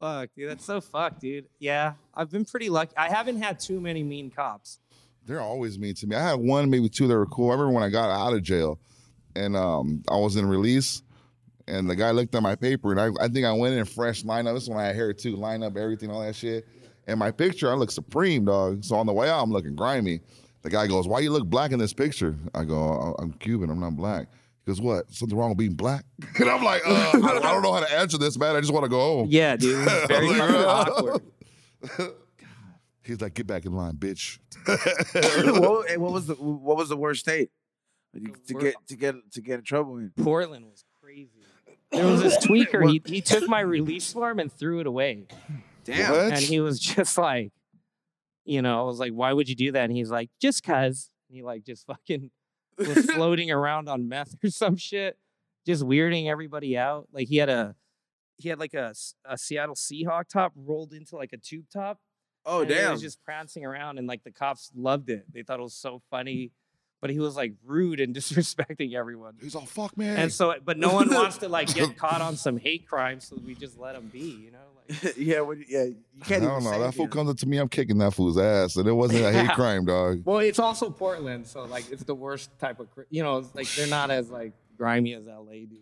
S2: Fuck, dude, that's so fucked, dude. Yeah, I've been pretty lucky. I haven't had too many mean cops.
S3: They're always mean to me. I had one, maybe two that were cool. I remember when I got out of jail and um, I was in release, and the guy looked at my paper, and I, I think I went in fresh lineup. This is when I had hair too, lineup, everything, all that shit. And my picture, I look supreme, dog. So on the way out, I'm looking grimy. The guy goes, "Why you look black in this picture?" I go, "Oh, "I'm Cuban. I'm not black." He goes, "What? Something wrong with being black?" And I'm like, uh, I, don't- "I don't know how to answer this, man. I just want to go home."
S2: Yeah, dude, it was very
S3: Like,
S2: fucking
S3: uh,
S2: awkward.
S3: He's like, "Get back in line, bitch."
S1: what, hey, what was the what was the worst state You- to
S2: wor-
S1: get to get to get in trouble in?
S2: Portland was crazy. There was this tweaker. He he took my release form and threw it away,
S1: Damn.
S3: What?
S2: and he was just like, you know, I was like, why would you do that? And he's like, just cause. And he like just fucking was floating around on meth or some shit, just weirding everybody out. Like he had a he had like a, s- a Seattle Seahawk top rolled into like a tube top.
S1: Oh
S2: and He
S1: damn.
S2: was just prancing around, and like the cops loved it. They thought it was so funny, but he was like rude and disrespecting everyone.
S3: He's all, "Fuck, man."
S2: And so, but no one wants to like get caught on some hate crime, so we just let him be, you know? Like,
S1: yeah, when, yeah. You
S3: I
S1: can't
S3: don't
S1: even
S3: know.
S1: say
S3: That fool
S1: anything.
S3: comes up to me, I'm kicking that fool's ass, and it wasn't a hate crime, dog.
S2: well, it's also Portland, so like it's the worst type of, cri- you know, it's, like they're not as like grimy as LA, dude.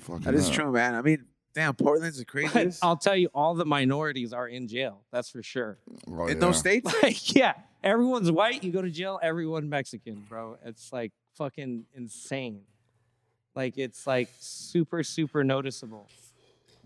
S3: Fucking
S1: That is
S3: hell.
S1: true, man. I mean, damn, Portland's the
S2: But
S1: craziest.
S2: I'll tell you, all the minorities are in jail. That's for sure.
S3: Oh,
S1: in
S3: yeah.
S1: those states,
S2: Like, yeah, everyone's white. You go to jail. Everyone Mexican, bro. It's like fucking insane. Like it's like super, super noticeable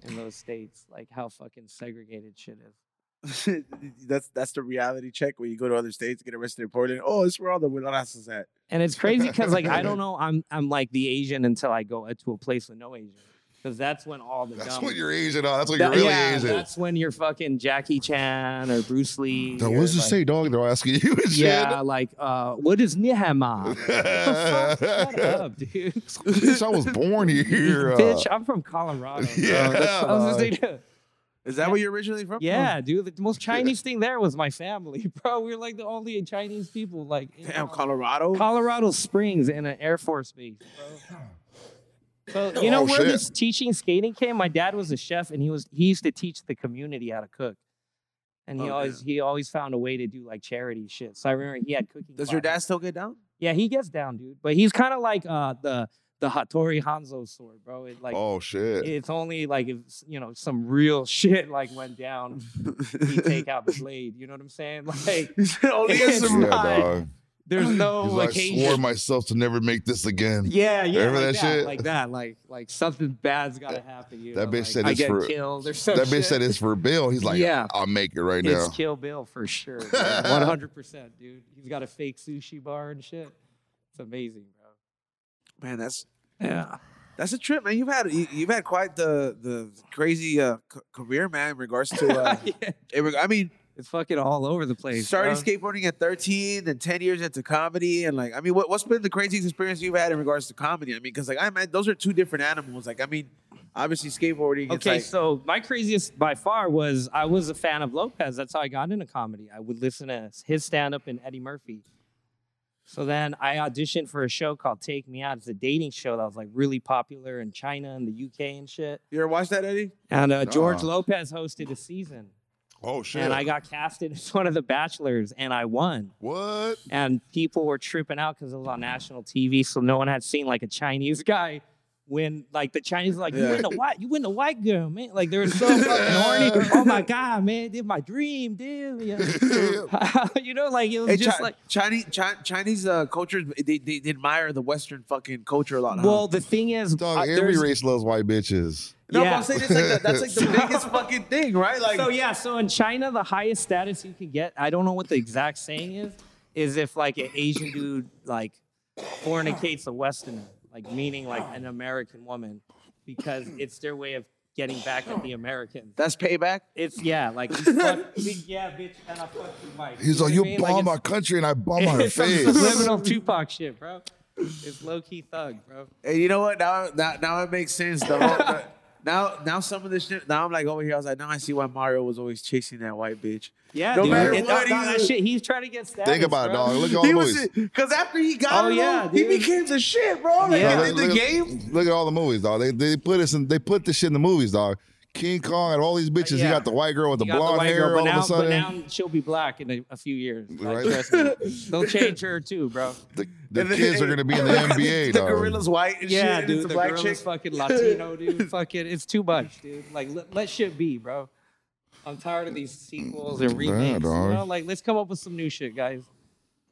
S2: in those states. Like how fucking segregated shit is.
S1: that's that's the reality check when you go to other states, get arrested in Portland. Oh, it's where all the Wilarasas at.
S2: And it's crazy because like I don't know, I'm I'm like the Asian until I go uh, to a place with no Asian, because that's when all the
S3: That's
S2: dumb.
S3: what you're Asian on. That's what
S2: That-
S3: you're really
S2: yeah,
S3: Asian.
S2: that's when you're fucking Jackie Chan or Bruce Lee.
S3: Now,
S2: or,
S3: what does it
S2: like-
S3: say, dog? They're asking you and shit.
S2: Yeah, like uh, what is Nihama? Shut up, dude.
S3: Bitch, I was born here. uh,
S2: Bitch, I'm from Colorado. bro.
S3: Yeah,
S2: That's- I was
S3: like-
S2: just saying-
S1: Is that where you're originally from?
S2: yeah, dude. The most Chinese thing there was my family, bro. We were like the only Chinese people, like in
S1: Oh, Damn,
S2: Colorado.
S1: Colorado.
S2: Colorado Springs in an Air Force base. Bro. So you know
S3: Oh,
S2: where
S3: shit.
S2: this teaching skating came? My dad was a chef, and he was he used to teach the community how to cook. And he
S1: Oh,
S2: always he always found a way to do like charity shit. So I remember he had cooking.
S1: Does your dad
S2: classes.
S1: still get down?
S2: Yeah, he gets down, dude. But he's kind of like uh the the Hattori Hanzo sword, bro. It, like
S3: oh shit.
S2: it's only like if you know some real shit like went down, he take out the blade. You know what I'm saying? Like
S1: Only in
S2: It's
S1: "Oh, some-
S3: yeah,
S2: not-
S3: dog.
S2: there's no
S3: He's like, I
S2: occasion.
S3: swore myself to never make this again.
S2: Oh, Yeah, yeah,
S3: Remember
S2: like
S3: that
S2: that,
S3: shit?
S2: like that, like like something bad's gotta happen. You
S3: that
S2: know,
S3: bitch
S2: like,
S3: said
S2: I
S3: it's
S2: get
S3: for-
S2: killed or some
S3: that bitch
S2: oh, shit.
S3: said it's for Bill. He's like,
S2: Yeah.
S3: I'll make it right
S2: it's
S3: now.
S2: Kill Bill for sure, one hundred percent, dude. He's got a fake sushi bar and shit. It's amazing,
S1: Man, that's
S2: bro. Yeah,
S1: that's a trip, man. You've had you, you've had quite the the crazy uh, c- career, man. In regards to, uh, in reg- I mean,
S2: it's fucking all over the place.
S1: starting
S2: bro.
S1: skateboarding at 13 and 10 years into comedy and like i mean what, what's been the craziest experience you've had in regards to comedy i mean because like i mean those are two different animals like i mean obviously skateboarding it's
S2: Okay,
S1: like,
S2: so my craziest by far was I was a fan of Lopez. That's how I got into comedy. I would listen to his stand up and Eddie Murphy. So then I auditioned for a show called Take Me Out. It's a dating show that was like really popular in China and the UK and shit.
S1: you ever watch that eddie
S2: And uh, George
S1: Oh.
S3: Uh-uh.
S2: Lopez hosted a season.
S3: Oh shit.
S2: And I got casted as one of the bachelors and I won.
S3: what?
S2: And people were tripping out because it was on national TV. So no one had seen like a Chinese guy win. Like the Chinese, like you
S1: Yeah.
S2: win the white, you win the white girl, man. Like they were so fucking horny. Oh my god, man, did my dream, dude. Yeah. you know, like it was
S1: Hey,
S2: just
S1: Chi-
S2: like.
S1: Chinese Chi- Chinese uh, culture, they, they, they admire the Western fucking culture a lot. huh?
S2: Well, the thing is,
S3: Dog,
S2: uh,
S3: every
S2: there's-
S3: race loves white bitches.
S1: no, but
S2: yeah.
S1: I'm saying it's like the, that's like the biggest fucking thing, right? Like,
S2: so yeah, so in China, the highest status you can get, I don't know what the exact saying is, is if like an Asian dude like fornicates a Westerner, like meaning like an American woman, because it's their way of getting back at the Americans.
S1: that's payback.
S2: It's yeah, like you fuck, yeah, bitch, and I fucked your wife.
S3: He's
S2: know what
S3: like, you
S2: I mean?
S3: bomb
S2: it's-
S3: our country and I bomb our
S2: it's some
S3: face.
S2: subliminal Tupac shit, bro. It's low key thug, bro.
S1: And you know what? Now, now, now it makes sense. The whole, the- now, now some of this shit. Now I'm like over here. I was like, now I see why Mario was always chasing that white bitch.
S2: Yeah,
S1: No
S2: dude.
S1: matter
S2: it-
S1: what,
S2: no, no, that
S1: he's-
S2: shit, he's trying to get status.
S3: Think about it,
S2: bro.
S3: dog. Look at all
S1: He
S3: the
S1: was
S3: movies.
S1: because after he got
S2: Oh,
S1: it,
S2: yeah,
S1: he
S2: dude.
S1: became the shit, bro. Like,
S2: Yeah.
S1: yeah,
S3: Look-
S1: in the
S3: look-
S1: game.
S3: Look at all the movies, dog. They, they put us in, they put this shit in the movies, dog. King Kong and all these bitches.
S2: Yeah.
S3: You got the white girl with the
S2: You got
S3: blonde
S2: white
S3: hair
S2: girl,
S3: all
S2: but now,
S3: of a sudden.
S2: But now she'll be black in a, a few years. Like,
S3: Right.
S2: trust me. They'll change her too, bro.
S3: the the
S1: And then-
S3: kids are gonna be in the NBA,
S1: The
S3: dog.
S1: gorilla's white and
S2: Yeah,
S1: shit. and
S2: dude.
S1: it's a
S2: The
S1: black
S2: girl
S1: chick.
S2: is fucking Latino, dude. Fucking, it's too much, dude. Like, let, let shit be, bro. I'm tired of these sequels and remakes. you
S3: dog.
S2: know? Like, let's come up with some new shit, guys.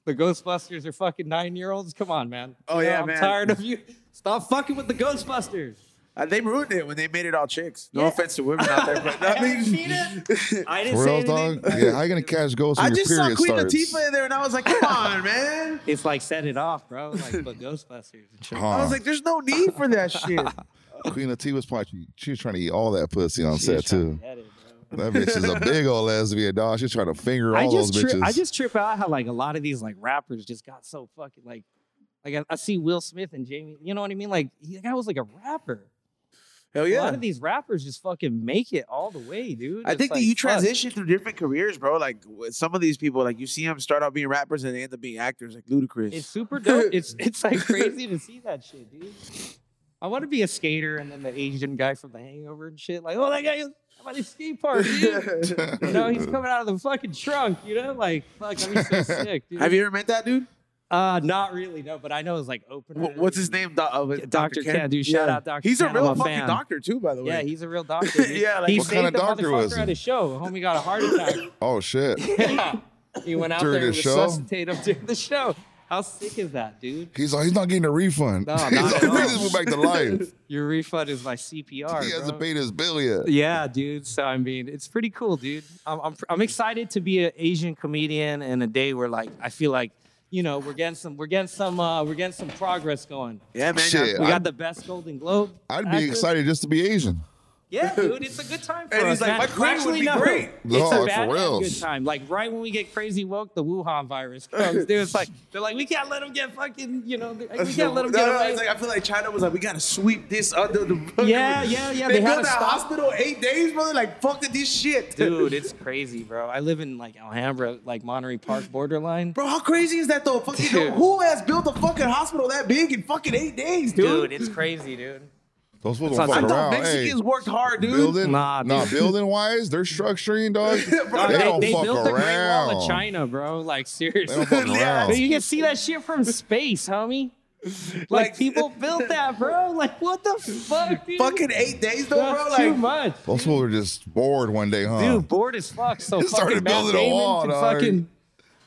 S2: The Ghostbusters are fucking nine year olds. Come on, man.
S1: Oh,
S2: You know,
S1: yeah,
S2: I'm
S1: man.
S2: tired of you. Stop fucking with the Ghostbusters.
S1: Uh, they ruined it when they made it all chicks. No
S2: Yeah.
S1: offense to women out there, but I
S2: haven't seen
S1: mean,
S2: it. I didn't
S3: For
S2: say
S3: real,
S2: anything.
S3: dog? Yeah, how you gonna catch ghosts
S1: I
S3: when your
S1: just saw
S3: period
S1: Queen
S3: starts?
S1: Latifah in there, and I was like, come on, man.
S2: It's like set it off, bro. Like, but Ghostbusters. and shit.
S1: I was like, there's no need for that shit.
S3: Queen Latifah's probably she was trying to eat all that pussy on set
S2: She's trying
S3: too.
S2: to get it, bro.
S3: That bitch is a big old lesbian, dog. She's trying to finger all
S2: I just
S3: those
S2: trip,
S3: bitches.
S2: I just trip out how like a lot of these like rappers just got so fucking like like I, I see Will Smith and Jamie, you know what I mean? Like he, that guy was like a rapper.
S1: Hell
S2: A lot
S1: yeah.
S2: of these rappers just fucking make it all the way, dude.
S1: I
S2: It's
S1: think
S2: like,
S1: that you
S2: fuck.
S1: transition through different careers, bro. Like with some of these people, like you see them start out being rappers and they end up being actors, like ludicrous.
S2: It's super dope. It's it's like crazy to see that shit, dude. I want to be a skater and then the Asian guy from The Hangover and shit. Like, oh, that guy, I'm at his skate park, dude. you know, he's coming out of the fucking trunk, you know? Like, fuck, that'd be so sick, dude.
S1: Have you ever met that dude?
S2: uh, not really, no, but I know it's like open.
S1: Wh- What's his name? Do- uh,
S2: Yeah,
S1: Dr.
S2: Dr.
S1: Ken?
S2: Ken, dude. Shout out Dr.
S1: He's a
S2: Ken.
S1: real
S2: I'm a
S1: fucking
S2: fan.
S1: doctor too, by the way.
S2: Yeah, he's a real doctor. dude.
S1: Yeah, like-
S2: he
S1: What
S2: saved
S3: kind of
S2: the
S3: doctor
S2: motherfucker
S3: was he?
S2: at his show. Homie got a heart attack.
S3: oh shit!
S2: He went out
S3: During
S2: there and
S3: his show?
S2: resuscitated him during the show. How sick is that, dude?
S3: He's like, he's not getting a refund.
S2: No, not
S3: he's
S2: at
S3: like, we
S2: all.
S3: just went back to life.
S2: Your refund is my CPR.
S3: He
S2: bro.
S3: hasn't paid his bill yet.
S2: Yeah, dude. So I mean, it's pretty cool, dude. I'm I'm, I'm excited to be an Asian comedian in a day where like I feel like you know we're getting some we're getting some uh, we're getting some progress going.
S1: Yeah, man.
S3: Shit.
S2: We
S1: I-
S2: got
S3: I'd-
S2: the best Golden Globe.
S3: I'd be
S2: actress.
S3: excited just to be Asian.
S2: Yeah, dude, it's a good time for
S1: And
S2: us.
S1: he's like,
S2: man.
S1: "My career would
S2: Actually,
S1: be
S2: no.
S1: great."
S2: It's
S3: No,
S2: a bad
S3: for
S2: and
S3: real.
S2: good time. Like right when we get crazy woke, the Wuhan virus comes. Dude, it's like they're like, we can't let them get fucking, you know, like, we can't let them
S1: No,
S2: get
S1: no,
S2: away.
S1: it's like I feel like China was like, we gotta sweep this under the. fucking-
S2: Yeah, yeah, yeah,
S1: They,
S2: they had
S1: built
S2: to
S1: that
S2: stop-
S1: hospital eight days, brother. Like, fuck this shit,
S2: Dude, it's crazy, bro. I live in like Alhambra, like Monterey Park borderline.
S1: Bro, how crazy is that though? Fucking
S2: Dude.
S1: who has built a fucking hospital that big in fucking eight days, dude?
S2: Dude, it's crazy, dude.
S3: Those fools
S2: That's
S3: don't
S1: I
S3: fuck
S2: not-
S1: thought
S3: around. Hey,
S1: Mexicans worked hard, dude.
S3: building,
S2: Nah,
S3: nah,
S2: dude.
S3: building wise, they're structuring, dog.
S1: Bro,
S3: they,
S1: they-
S3: don't
S2: they
S3: fuck
S2: built
S3: around.
S2: the Great Wall of China, bro. Like
S3: They don't
S2: seriously,
S3: fuck
S1: Yeah.
S3: around.
S2: Dude, you can see that shit from space, homie. Like,
S1: Like-
S2: people built that, bro. Like what the fuck, dude?
S1: Fucking eight days though,
S2: That's
S1: bro.
S2: too
S1: Like,
S2: much.
S3: Those fools are just bored one day, huh?
S2: Dude, bored as fuck. So
S3: They Oh. started
S2: fucking Matt
S3: building a
S2: Damon
S3: wall,
S2: can
S3: dog.
S2: fucking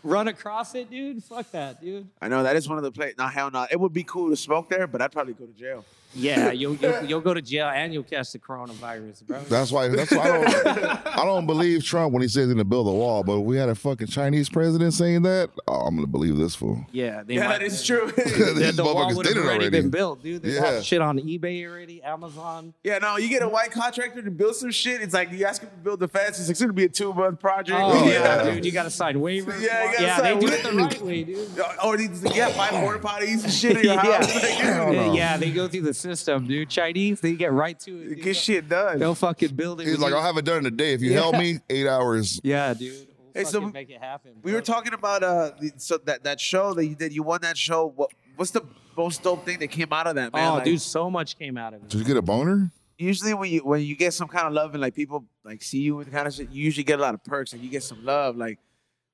S2: run across it, dude. Fuck that, dude.
S1: I know that is one of the places. No, hell no. It would be cool to smoke there, but I'd probably go to jail.
S2: Yeah, you'll you'll, you'll go to jail and you'll catch the coronavirus, bro.
S3: That's why. That's why I don't. I don't believe Trump when he says he's gonna build a wall. But if we had a fucking Chinese president saying that, oh, I'm gonna believe this fool.
S2: yeah, they
S1: Yeah,
S2: might,
S1: that is true.
S2: the,
S3: These
S2: the wall
S3: motherfuckers
S2: would have
S3: did it
S2: already, been built, dude. They bought
S3: Yeah.
S2: shit on eBay already, Amazon.
S1: yeah, no, you get a white contractor to build some shit. It's like you ask him to build the fence. It's like, it's gonna be a two month project.
S2: Oh yeah,
S3: yeah.
S2: dude, you gotta sign waivers.
S1: Yeah, you gotta
S2: yeah,
S1: sign
S2: they do it the
S1: waivers.
S2: right way, dude.
S1: Or these, yeah, buy porta potties and shit in your house.
S2: Yeah.
S1: Like,
S3: Hell
S1: dude,
S3: no.
S2: Yeah, yeah, they go through the system, dude. Chinese, they get right to it.
S1: Get
S2: dude.
S1: shit done.
S2: They'll fucking build it.
S3: He's
S2: with
S3: like,
S2: you.
S3: I'll have it done in a day if you help me. Eight hours.
S2: yeah, dude. We'll
S1: Hey, so
S2: fucking
S1: we-
S2: make it happen.
S1: We
S2: bro.
S1: were talking about uh, the, so that that show that you did. You won that show. What what's the most dope thing that came out of that, man?
S2: Oh,
S1: Like,
S2: dude, so much came out of it.
S3: Did you get a boner?
S1: Usually when you when you get some kind of love and like people like see you and kind of shit, you usually get a lot of perks. Like you get some love. Like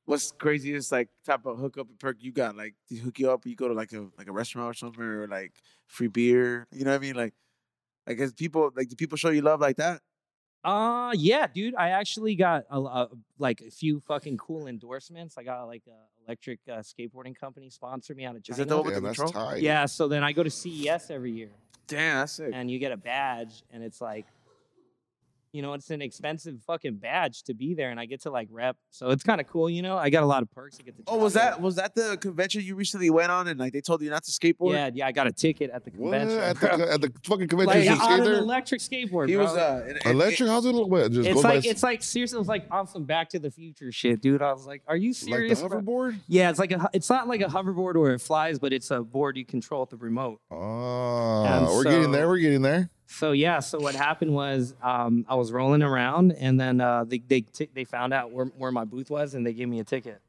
S1: what's craziest like type of hookup and perk you got? Like they hook you up, you go to like a like a restaurant or somewhere, or like free beer. You know what I mean? Like Like, has people like do people show you love like that?
S2: Uh yeah, dude. I actually got a, lo- uh like a few fucking cool endorsements. I got like a electric uh, skateboarding company sponsor me out of
S1: Is
S2: China.
S1: that the one with
S3: Damn,
S1: the
S3: that's
S1: control?
S3: tight.
S2: yeah, so then I go to CES every year
S1: Damn, that's sick.
S2: and you get a badge and it's like you know, it's an expensive fucking badge to be there and I get to like rep. So it's kind of cool, you know. I got a lot of perks. I get to
S1: Oh, was
S2: travel.
S1: that was that the convention you recently went on and like they told you not to skateboard?
S2: Yeah, yeah, I got a ticket at the
S3: What?
S2: convention.
S3: At the, at the fucking convention,
S2: like
S3: you
S2: yeah, on
S3: skate
S2: an
S3: there?
S2: electric skateboard.
S1: He
S2: bro.
S1: was uh, it- it-
S3: Electric? How's it look? What? Just
S2: it's
S3: go by
S2: like
S3: s-
S2: it's like seriously, it was like on some Back to the Future shit, dude. I was like, are you
S3: like the
S2: serious? bro?
S3: hoverboard?
S2: Yeah, it's like a. hu- It's not like a hoverboard where it flies, but it's a board you control with the remote. And
S3: Oh, we're getting
S2: so-
S3: there. We're getting there.
S2: So yeah, so what happened was um, I was rolling around, and then uh, they they t- they found out where, where my booth was, and they gave me a ticket.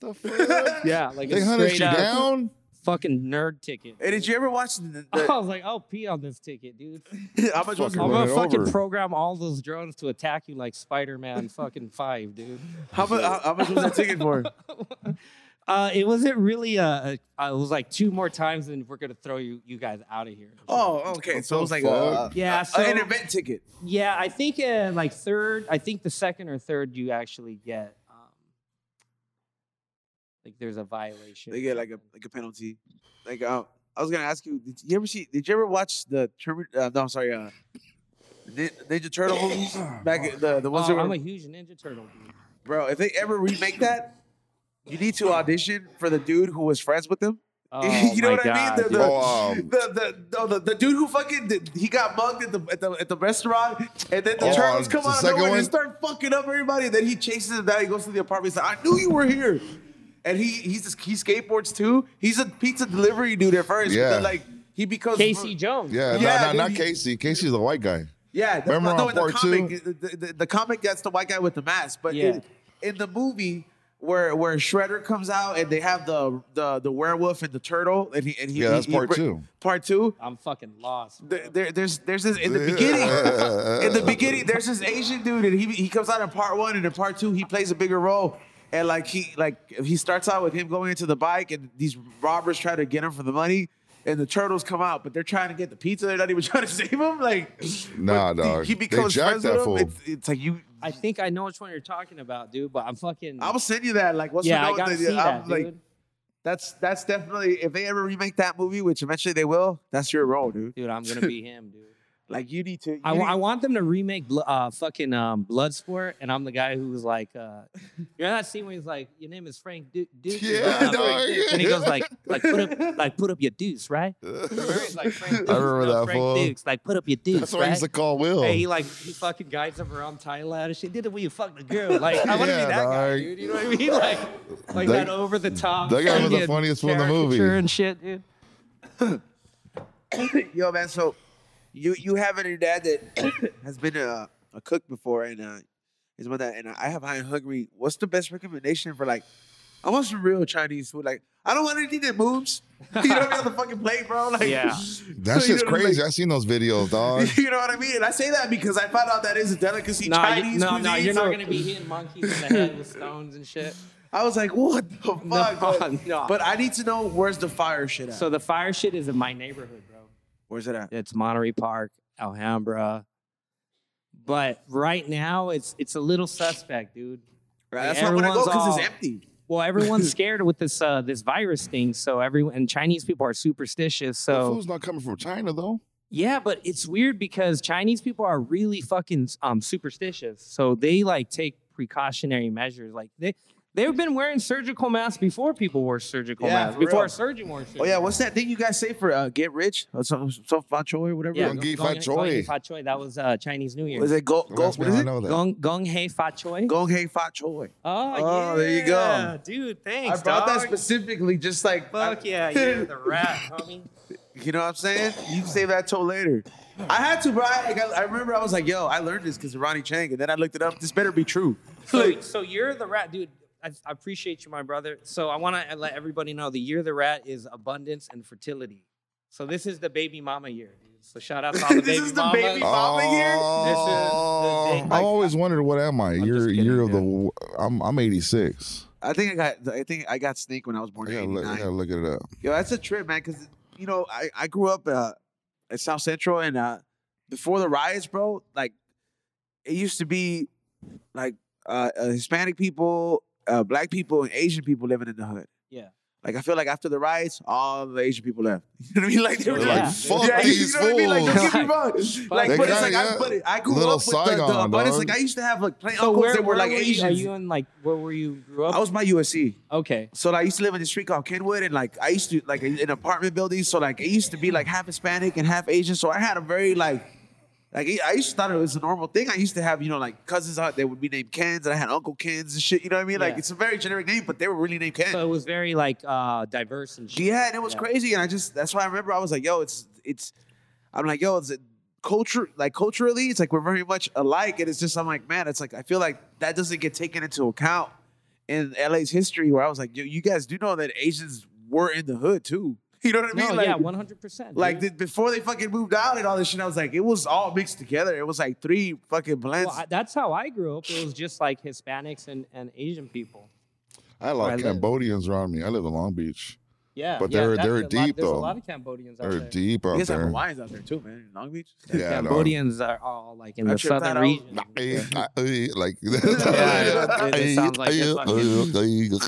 S3: the fuck?
S2: Yeah, like
S3: They
S2: a
S3: hunted
S2: straight
S3: you
S2: up
S3: down?
S2: fucking nerd ticket.
S1: And did you ever watch the,
S2: I
S1: the
S2: was like, I'll pee on this ticket, dude.
S1: how much was
S3: Fucking
S2: I'm
S3: run
S2: gonna
S3: it
S2: fucking
S3: over.
S2: program all those drones to attack you like Spider-Man fucking five, dude.
S1: how much how, how much was that ticket for?
S2: Uh, it wasn't really a, a. It was like two more times, and we're gonna throw you you guys out of here.
S1: Oh, okay. So it was like a, a-
S2: Yeah,
S1: a-
S2: so-
S1: Uh, an event ticket.
S2: yeah, I think uh, like third. I think the second or third, you actually get um, like there's a violation.
S1: They get like a like a penalty. Like uh, I was gonna ask you, did you ever see? Did you ever watch the Termin- uh, No, I'm sorry. Uh, Nin- Ninja Turtle movies back the the ones
S2: Oh,
S1: that
S2: I'm
S1: were,
S2: a huge Ninja Turtle. Dude.
S1: bro. If they ever remake that, you need to audition for the dude who was friends with them.
S2: Oh,
S1: you know
S2: my
S1: what I
S2: God,
S1: mean? The,
S2: dude.
S1: the,
S3: Oh, um,
S1: the, the, no, the the dude who fucking did, he got mugged at the at the, at the restaurant, and then the
S3: Oh,
S1: turtles come
S3: the
S1: out of
S3: second
S1: nowhere and
S3: one?
S1: they start fucking up everybody. And then he chases him down. He goes to the apartment. He's like, "I knew you were here." And he he's just, he skateboards too. He's a pizza delivery dude at first. Yeah.
S3: Yeah.
S1: But then, like he becomes
S2: Casey Jones.
S3: Yeah,
S1: Yeah,
S3: no, no,
S1: dude,
S3: not
S1: you-
S3: Casey. Casey's the white guy.
S1: Yeah, that's
S3: Remember
S1: no,
S3: on
S1: in the
S3: part
S1: comic, The, the, the comic that's the white guy with the mask, but
S2: Yeah.
S1: in, in the movie where where Shredder comes out and they have the the, the werewolf and the turtle and he and he
S3: Yeah, that's
S1: he-
S3: part
S1: he-
S3: two.
S1: Part two.
S2: I'm fucking lost.
S1: There, there- there's there's this in the beginning. in the beginning, there's this Asian dude, and he he comes out in part one, and in part two, he plays a bigger role. And like he like he starts out with him going into the bike, and these robbers try to get him for the money, and the turtles come out, but they're trying to get the pizza. They're not even trying to save him. Like,
S3: Nah,
S1: but
S3: dog.
S1: He
S3: They
S1: becomes
S3: jacked
S1: friends
S3: that
S1: with him.
S3: fool.
S1: It's, it's like you.
S2: I think I know which one you're talking about, dude. But I'm fucking.
S1: I will send you that. Like, what's
S2: yeah,
S1: the
S2: I
S1: note
S2: gotta see
S1: I'm
S2: that,
S1: like,
S2: dude.
S1: That's that's definitely if they ever remake that movie, which eventually they will. That's your role, dude.
S2: Dude, I'm gonna be him, dude.
S1: Like you need to. You
S2: I,
S1: need,
S2: wa- I want them to remake Bl- uh, fucking um, Bloodsport, and I'm the guy who was like, uh, you know that scene where he's like, "Your name is Frank Duke," Duke
S3: Yeah,
S2: and,
S3: dog.
S2: and he goes like, "Like put up, like put up your deuce, right?" Remember? He's like, Frank Dukes,
S3: remember
S2: no,
S3: that,
S2: Frank
S3: fool.
S2: Dukes, like put up your deuce,
S3: That's why
S2: right?
S3: he used to call Will.
S2: Hey, he like he fucking guides him around Thailand and shit. Did it when you fucked the girl? Like I want to
S3: Yeah,
S2: be that guy,
S3: dog.
S2: dude. You know what I mean? Like, like
S3: That-
S2: that over the top.
S3: that guy was the
S2: fucking
S3: funniest one in the movie.
S2: caricature and shit, dude.
S1: Yo, man. So, you you have a dad that has been a, a cook before, and uh, his mother. And I have high and hungry. What's the best recommendation for like? I want some real Chinese food. Like, I don't want anything that moves. You know what I mean on the fucking plate, bro. Like,
S2: Yeah.
S3: that
S1: so you
S3: shit's
S1: know what I'm
S3: crazy. I've seen those videos, dog.
S1: You know what I mean? And I say that because I found out that is a delicacy
S2: Nah, you,
S1: Chinese
S2: no,
S1: cuisine.
S2: no, you're
S1: so
S2: not gonna be hitting monkeys in the head with stones and shit.
S1: I was like, what the fuck? but,
S2: no.
S1: but I need to know where's the fire shit at.
S2: So the fire shit is in my neighborhood, bro.
S1: where's it at?
S2: It's Monterey Park, Alhambra. But right now, it's it's a little suspect, dude.
S1: Right,
S2: Like,
S1: that's not where I go
S2: everyone's
S1: because
S2: all-
S1: it's empty.
S2: Well, everyone's scared with this uh, this virus thing, so everyone and Chinese people are superstitious.
S3: The
S2: So
S3: food's not coming from China though.
S2: yeah, but it's weird because Chinese people are really fucking um, superstitious. So they like take precautionary measures. Like they they've been wearing surgical masks before people wore surgical
S1: Yeah,
S2: masks.
S1: for
S2: Before
S1: real.
S2: a surgeon wore. Surgical
S1: Oh yeah, what's that thing you guys say for uh, get rich? Or some some fat choy or whatever.
S2: Yeah,
S3: Gong Gee
S2: Gong-
S3: Fat
S2: Gong-
S3: Choy.
S2: Gong Gee Fat Choy. That was uh, Chinese New Year.
S1: Was it go go?
S3: That's
S1: What
S3: how
S1: is
S3: I
S1: it?
S3: know that.
S2: Gong Gong Hei Fat Choy?
S1: Gong hei fat choy.
S2: oh,
S1: Oh, there you go.
S2: yeah, dude. Thanks,
S1: I brought that
S2: dog.
S1: specifically, just like
S2: Fuck yeah, you're the rat, homie.
S1: you know what I'm saying. You can save that till later. I had to, bro. I, like, I, I remember I was like, "Yo, I learned this because of Ronnie Chang," and then I looked it up. This better be true.
S2: So, so you're the rat, dude. I, I appreciate you, my brother. So I want to let everybody know the year of the rat is abundance and fertility. So this is the baby mama year, dude. So shout out to all the
S1: This
S2: baby
S1: is the
S2: mamas.
S1: baby- Mama here?
S3: Oh,
S2: This is the day-
S3: I've always wondered what am I? You're
S2: kidding,
S3: you're the I'm I'm 86.
S1: I think I got. I think I got snake when I was born.
S3: I
S1: in
S3: gotta look, I
S1: 89.
S3: gotta look it up.
S1: Yo, that's a trip, man. Because you know, I I grew up uh, at South Central, and uh, before the riots, bro, like it used to be like uh, uh Hispanic people, uh black people, and Asian people living in the hood.
S2: Yeah.
S1: Like I feel like after the riots, all the Asian people left. You know what I mean? Like they were
S3: They're
S1: just-
S2: Yeah.
S3: like, fuck
S1: yeah,
S3: these
S1: you know what I mean? Like, don't
S3: fools.
S1: get me wrong. Like,
S3: They
S1: but it's
S3: got-
S1: like,
S3: yeah.
S1: I, but it, I grew
S3: Little
S1: up with the, the
S3: Saigon,
S1: abundance.
S3: dog.
S1: Like, I used to have like plain
S2: So
S1: uncles
S2: where,
S1: that were
S2: where
S1: like
S2: were you?
S1: Asians.
S2: Are you in like where were you grew up?
S1: I was my USC.
S2: okay.
S1: So like, I used to live in the street called Kenwood, and like I used to like in an apartment building. So like it used to be like half Hispanic and half Asian. So I had a very like. Like I used to thought it was a normal thing. I used to have, you know, like cousins out that would be named Kens, and I had Uncle Kens and shit. You know what I mean? Like
S2: Yeah.
S1: it's a very generic name, but they were really named Ken.
S2: So it was very like uh diverse and shit.
S1: Yeah, and it was
S2: Yeah.
S1: crazy. And I just that's why I remember I was like, yo, it's it's I'm like, yo, it's culture like culturally, it's like we're very much alike. And it's just I'm like, man, it's like I feel like that doesn't get taken into account in LA's history where I was like, yo, you guys do know that Asians were in the hood too. You know what I mean?
S2: No,
S1: like,
S2: yeah, one hundred percent.
S1: like the, before they fucking moved out and all this shit, I was like, it was all mixed together. It was like three fucking blends.
S2: well, I, that's how I grew up. It was just like Hispanics and, and Asian people.
S3: I had a
S2: where I
S3: lot of
S2: live.
S3: Cambodians around me. I live in Long Beach.
S2: Yeah,
S3: But
S2: yeah,
S3: they're-
S2: that's
S3: they're
S2: a lot-
S3: deep,
S2: There's
S3: though.
S2: a lot of Cambodians out
S3: They're
S2: there.
S3: deep
S1: you
S3: out
S1: guys have
S3: there.
S1: Hawaiians out there too, man, in Long Beach.
S3: Yeah, dog.
S2: Cambodians are all like in
S1: I
S2: the
S1: tripped
S2: southern
S1: out.
S2: region.
S3: Eh, eh, eh, like
S2: Yeah, it- it sounds like you're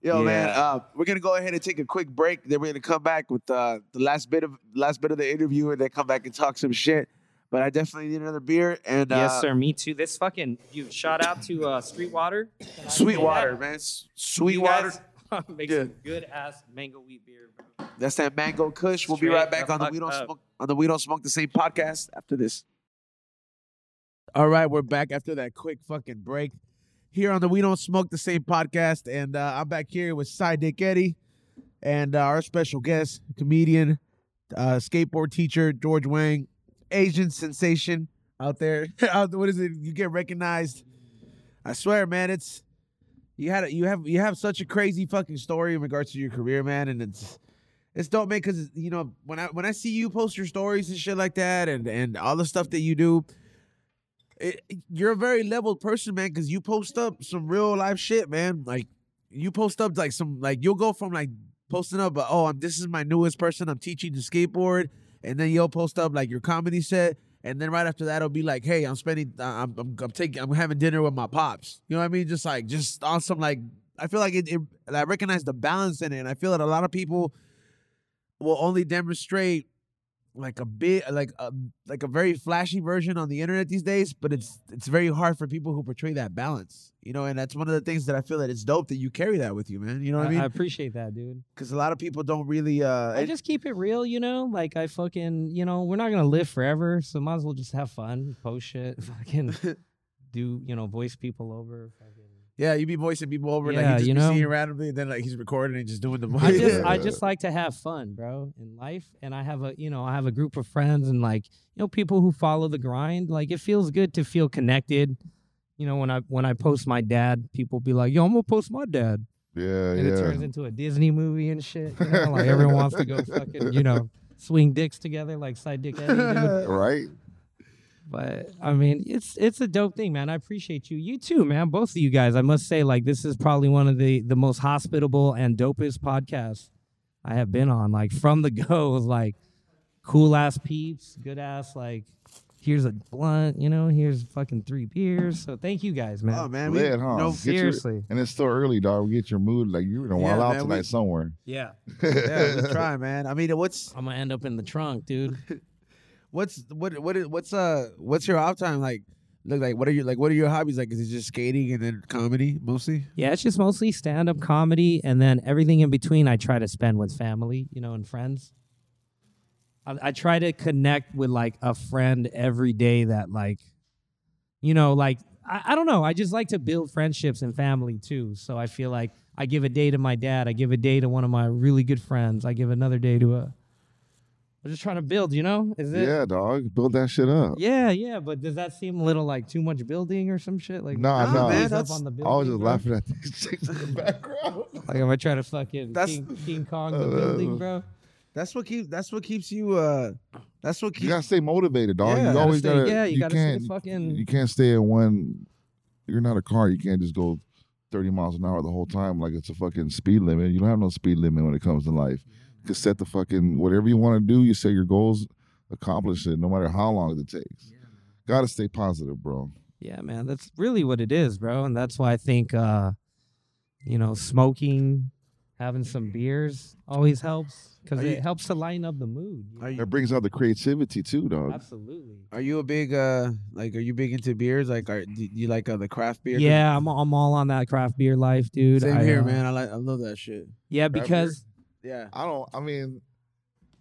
S1: Yo, man,
S2: Yeah.
S1: uh, we're gonna go ahead and take a quick break. Then we're gonna come back with uh, the last bit of last bit of the interview, and then come back and talk some shit. But I definitely need another beer and
S2: yes,
S1: uh,
S2: sir. Me too. This fucking dude. Shout out to uh, Streetwater. Can I say
S1: Sweetwater,
S2: that?
S1: man. S-
S2: You
S1: Sweetwater.
S2: guys Make
S1: Yeah.
S2: some good ass mango wheat beer, bro.
S1: That's that mango Kush. We'll be
S2: Straight
S1: right back
S2: the
S1: on the
S2: fuck
S1: We Don't
S2: up.
S1: Smoke on the We Don't Smoke the Same podcast after this. All right, we're back after that quick fucking break here on the We Don't Smoke the Same podcast, and uh, I'm back here with Side Dick Eddie and uh, our special guest, comedian, uh, skateboard teacher George Wang, Asian sensation out there. Out- what is it? You get recognized. I swear, man, it's you had a, you have you have such a crazy fucking story in regards to your career, man, and it's it's dope, man, because you know when I when I see you post your stories and shit like that, and and all the stuff that you do, it, you're a very leveled person, man, because you post up some real life shit, man. Like you post up like some like you'll go from like posting up, oh, I'm this is my newest person, I'm teaching to skateboard, and then you'll post up like your comedy set. And then right after that, it'll be like, "Hey, I'm spending, uh, I'm, I'm, I'm taking, I'm having dinner with my pops." You know what I mean? Just like, just on some like, I feel like it, it I recognize the balance in it, and I feel that a lot of people will only demonstrate like a bit like a like a very flashy version on the internet these days but it's it's very hard for people who portray that balance you know and that's one of the things that i feel that it's dope that you carry that with you man you know what i
S2: I
S1: mean
S2: appreciate that, dude.
S1: because a lot of people don't really uh
S2: I just keep it real, you know. Like I fucking, you know, we're not gonna live forever, so might as well just have fun, post shit, fucking do, you know, voice people over. Fucking.
S1: yeah you be voicing people over like
S2: Yeah,
S1: you just
S2: you
S1: be
S2: know?
S1: seeing randomly and then like he's recording and just doing the voice
S2: I just, I
S3: Yeah.
S2: just like to have fun, bro, in life, and I have a, you know, I have a group of friends and like, you know, people who follow the grind. Like it feels good to feel connected. You know, when I when I post my dad, people be like, "Yo, I'm gonna post my dad."
S3: Oh, Yeah,
S2: and it turns
S3: yeah.
S2: into a Disney movie and shit. You know? Like everyone wants to go fucking, you know, swing dicks together like side dick Eddie. dude.
S3: Right?
S2: But I mean, it's it's a dope thing, man. I appreciate you. You too, man. Both of you guys. I must say, like this is probably one of the the most hospitable and dopest podcasts I have been on. Like from the go, it was like cool ass peeps, good ass like. Here's a blunt, you know. Here's fucking three beers. So thank you guys, man.
S1: oh man we,
S3: Lit, huh?
S1: no,
S3: Get your-
S2: seriously.
S3: and it's still early, dog. Get your mood. Like you're gonna
S1: Yeah,
S3: wild out
S1: man, we-
S3: tonight somewhere.
S2: Yeah,
S1: yeah we try man i mean what's
S2: I'm gonna end up in the trunk, dude.
S1: what's what what is what's uh what's your off time like look like what are your like what are your hobbies like is it just skating and then comedy mostly
S2: Yeah, it's just mostly stand up comedy, and then everything in between I try to spend with family, you know, and friends. I, I try to connect with like a friend every day that, like, you know, like, I, I don't know. I just like to build friendships and family too. So I feel like I give a day to my dad, I give a day to one of my really good friends, I give another day to a. I'm just trying to build, you know? Is it?
S3: Yeah, dog. Build that shit up.
S2: Yeah, yeah, but does that seem a little like too much building or some shit? Like,
S3: Nah,
S2: what's
S3: nah.
S2: up
S3: Man,
S1: that's-
S2: on the
S3: I was
S2: building,
S3: just
S2: bro?
S3: laughing at these chicks in the background.
S2: Like, am I trying to fucking
S1: That's-
S2: King, King Kong the
S3: Uh.
S2: building, bro?
S1: That's what keeps. That's what keeps you. uh That's what
S3: You
S1: keeps.
S3: gotta stay motivated, dog.
S1: Yeah.
S3: you always
S2: Stay-
S3: gotta.
S2: yeah, you gotta stay
S3: can't.
S2: fucking-
S3: You can't stay in one. You're not a car. You can't just go 30 miles an hour the whole time like it's a fucking speed limit. You don't have no speed limit when it comes to life. You can set the fucking whatever you want to do. You set your goals accomplish it, no matter how long it takes. Got to stay positive, bro.
S2: Yeah, man, that's really what it is, bro, and that's why I think uh, you know smoking, having some beers always helps because
S1: Are
S2: it
S1: you-
S2: helps to lighten up the mood. you
S1: Are
S2: know?
S1: you,
S3: That brings out the creativity too, dog.
S2: Absolutely.
S1: are you a big uh like are you big into beers? Like are do you like uh, the craft beer?
S2: Yeah, I'm I'm all on that craft beer life, dude.
S1: Same
S2: I,
S1: here,
S2: uh,
S1: man. I like I love that shit.
S2: Yeah,
S3: Craft beer.
S2: because
S1: Yeah.
S3: I don't. I mean,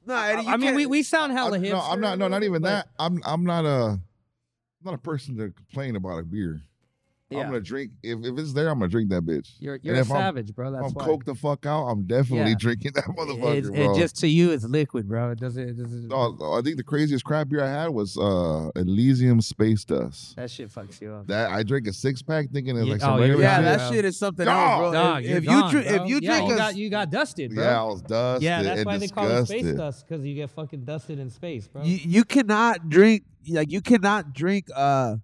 S1: No,
S2: I, I mean, we, we sound
S3: I,
S2: hella hipster.
S3: no, I'm not. No, not even
S2: but-
S3: that. I'm. I'm not a. I'm not a person to complain about a beer.
S2: Yeah.
S3: I'm gonna drink if, if it's there. I'm gonna drink that bitch.
S2: You're,
S3: And
S2: you're a
S3: if I'm-
S2: savage, bro. That's
S3: I'm
S2: why.
S3: coked the fuck out. I'm definitely
S2: Yeah.
S3: drinking that motherfucker,
S2: It's- it,
S3: bro.
S2: just to you, it's liquid, bro. It doesn't. It doesn't
S3: No, I think the craziest crap beer I had was uh Elysium Space Dust.
S2: that shit fucks you up.
S3: That I drank a six pack thinking it was
S2: Yeah,
S3: like
S2: oh,
S3: some
S2: yeah,
S3: regular
S1: yeah,
S3: shit.
S1: that
S2: Dog,
S1: shit is something else, bro.
S2: Dog,
S1: if,
S2: you're
S1: if
S2: gone,
S1: you dri-
S2: bro.
S1: if you
S2: yeah,
S1: drink
S2: you
S1: a
S2: got you got dusted, bro.
S3: yeah, I was dusted.
S2: Yeah, that's
S3: and
S2: why they call it
S3: disgusted.
S2: space dust because you get fucking dusted in space, bro.
S1: you, you cannot drink like you cannot drink uh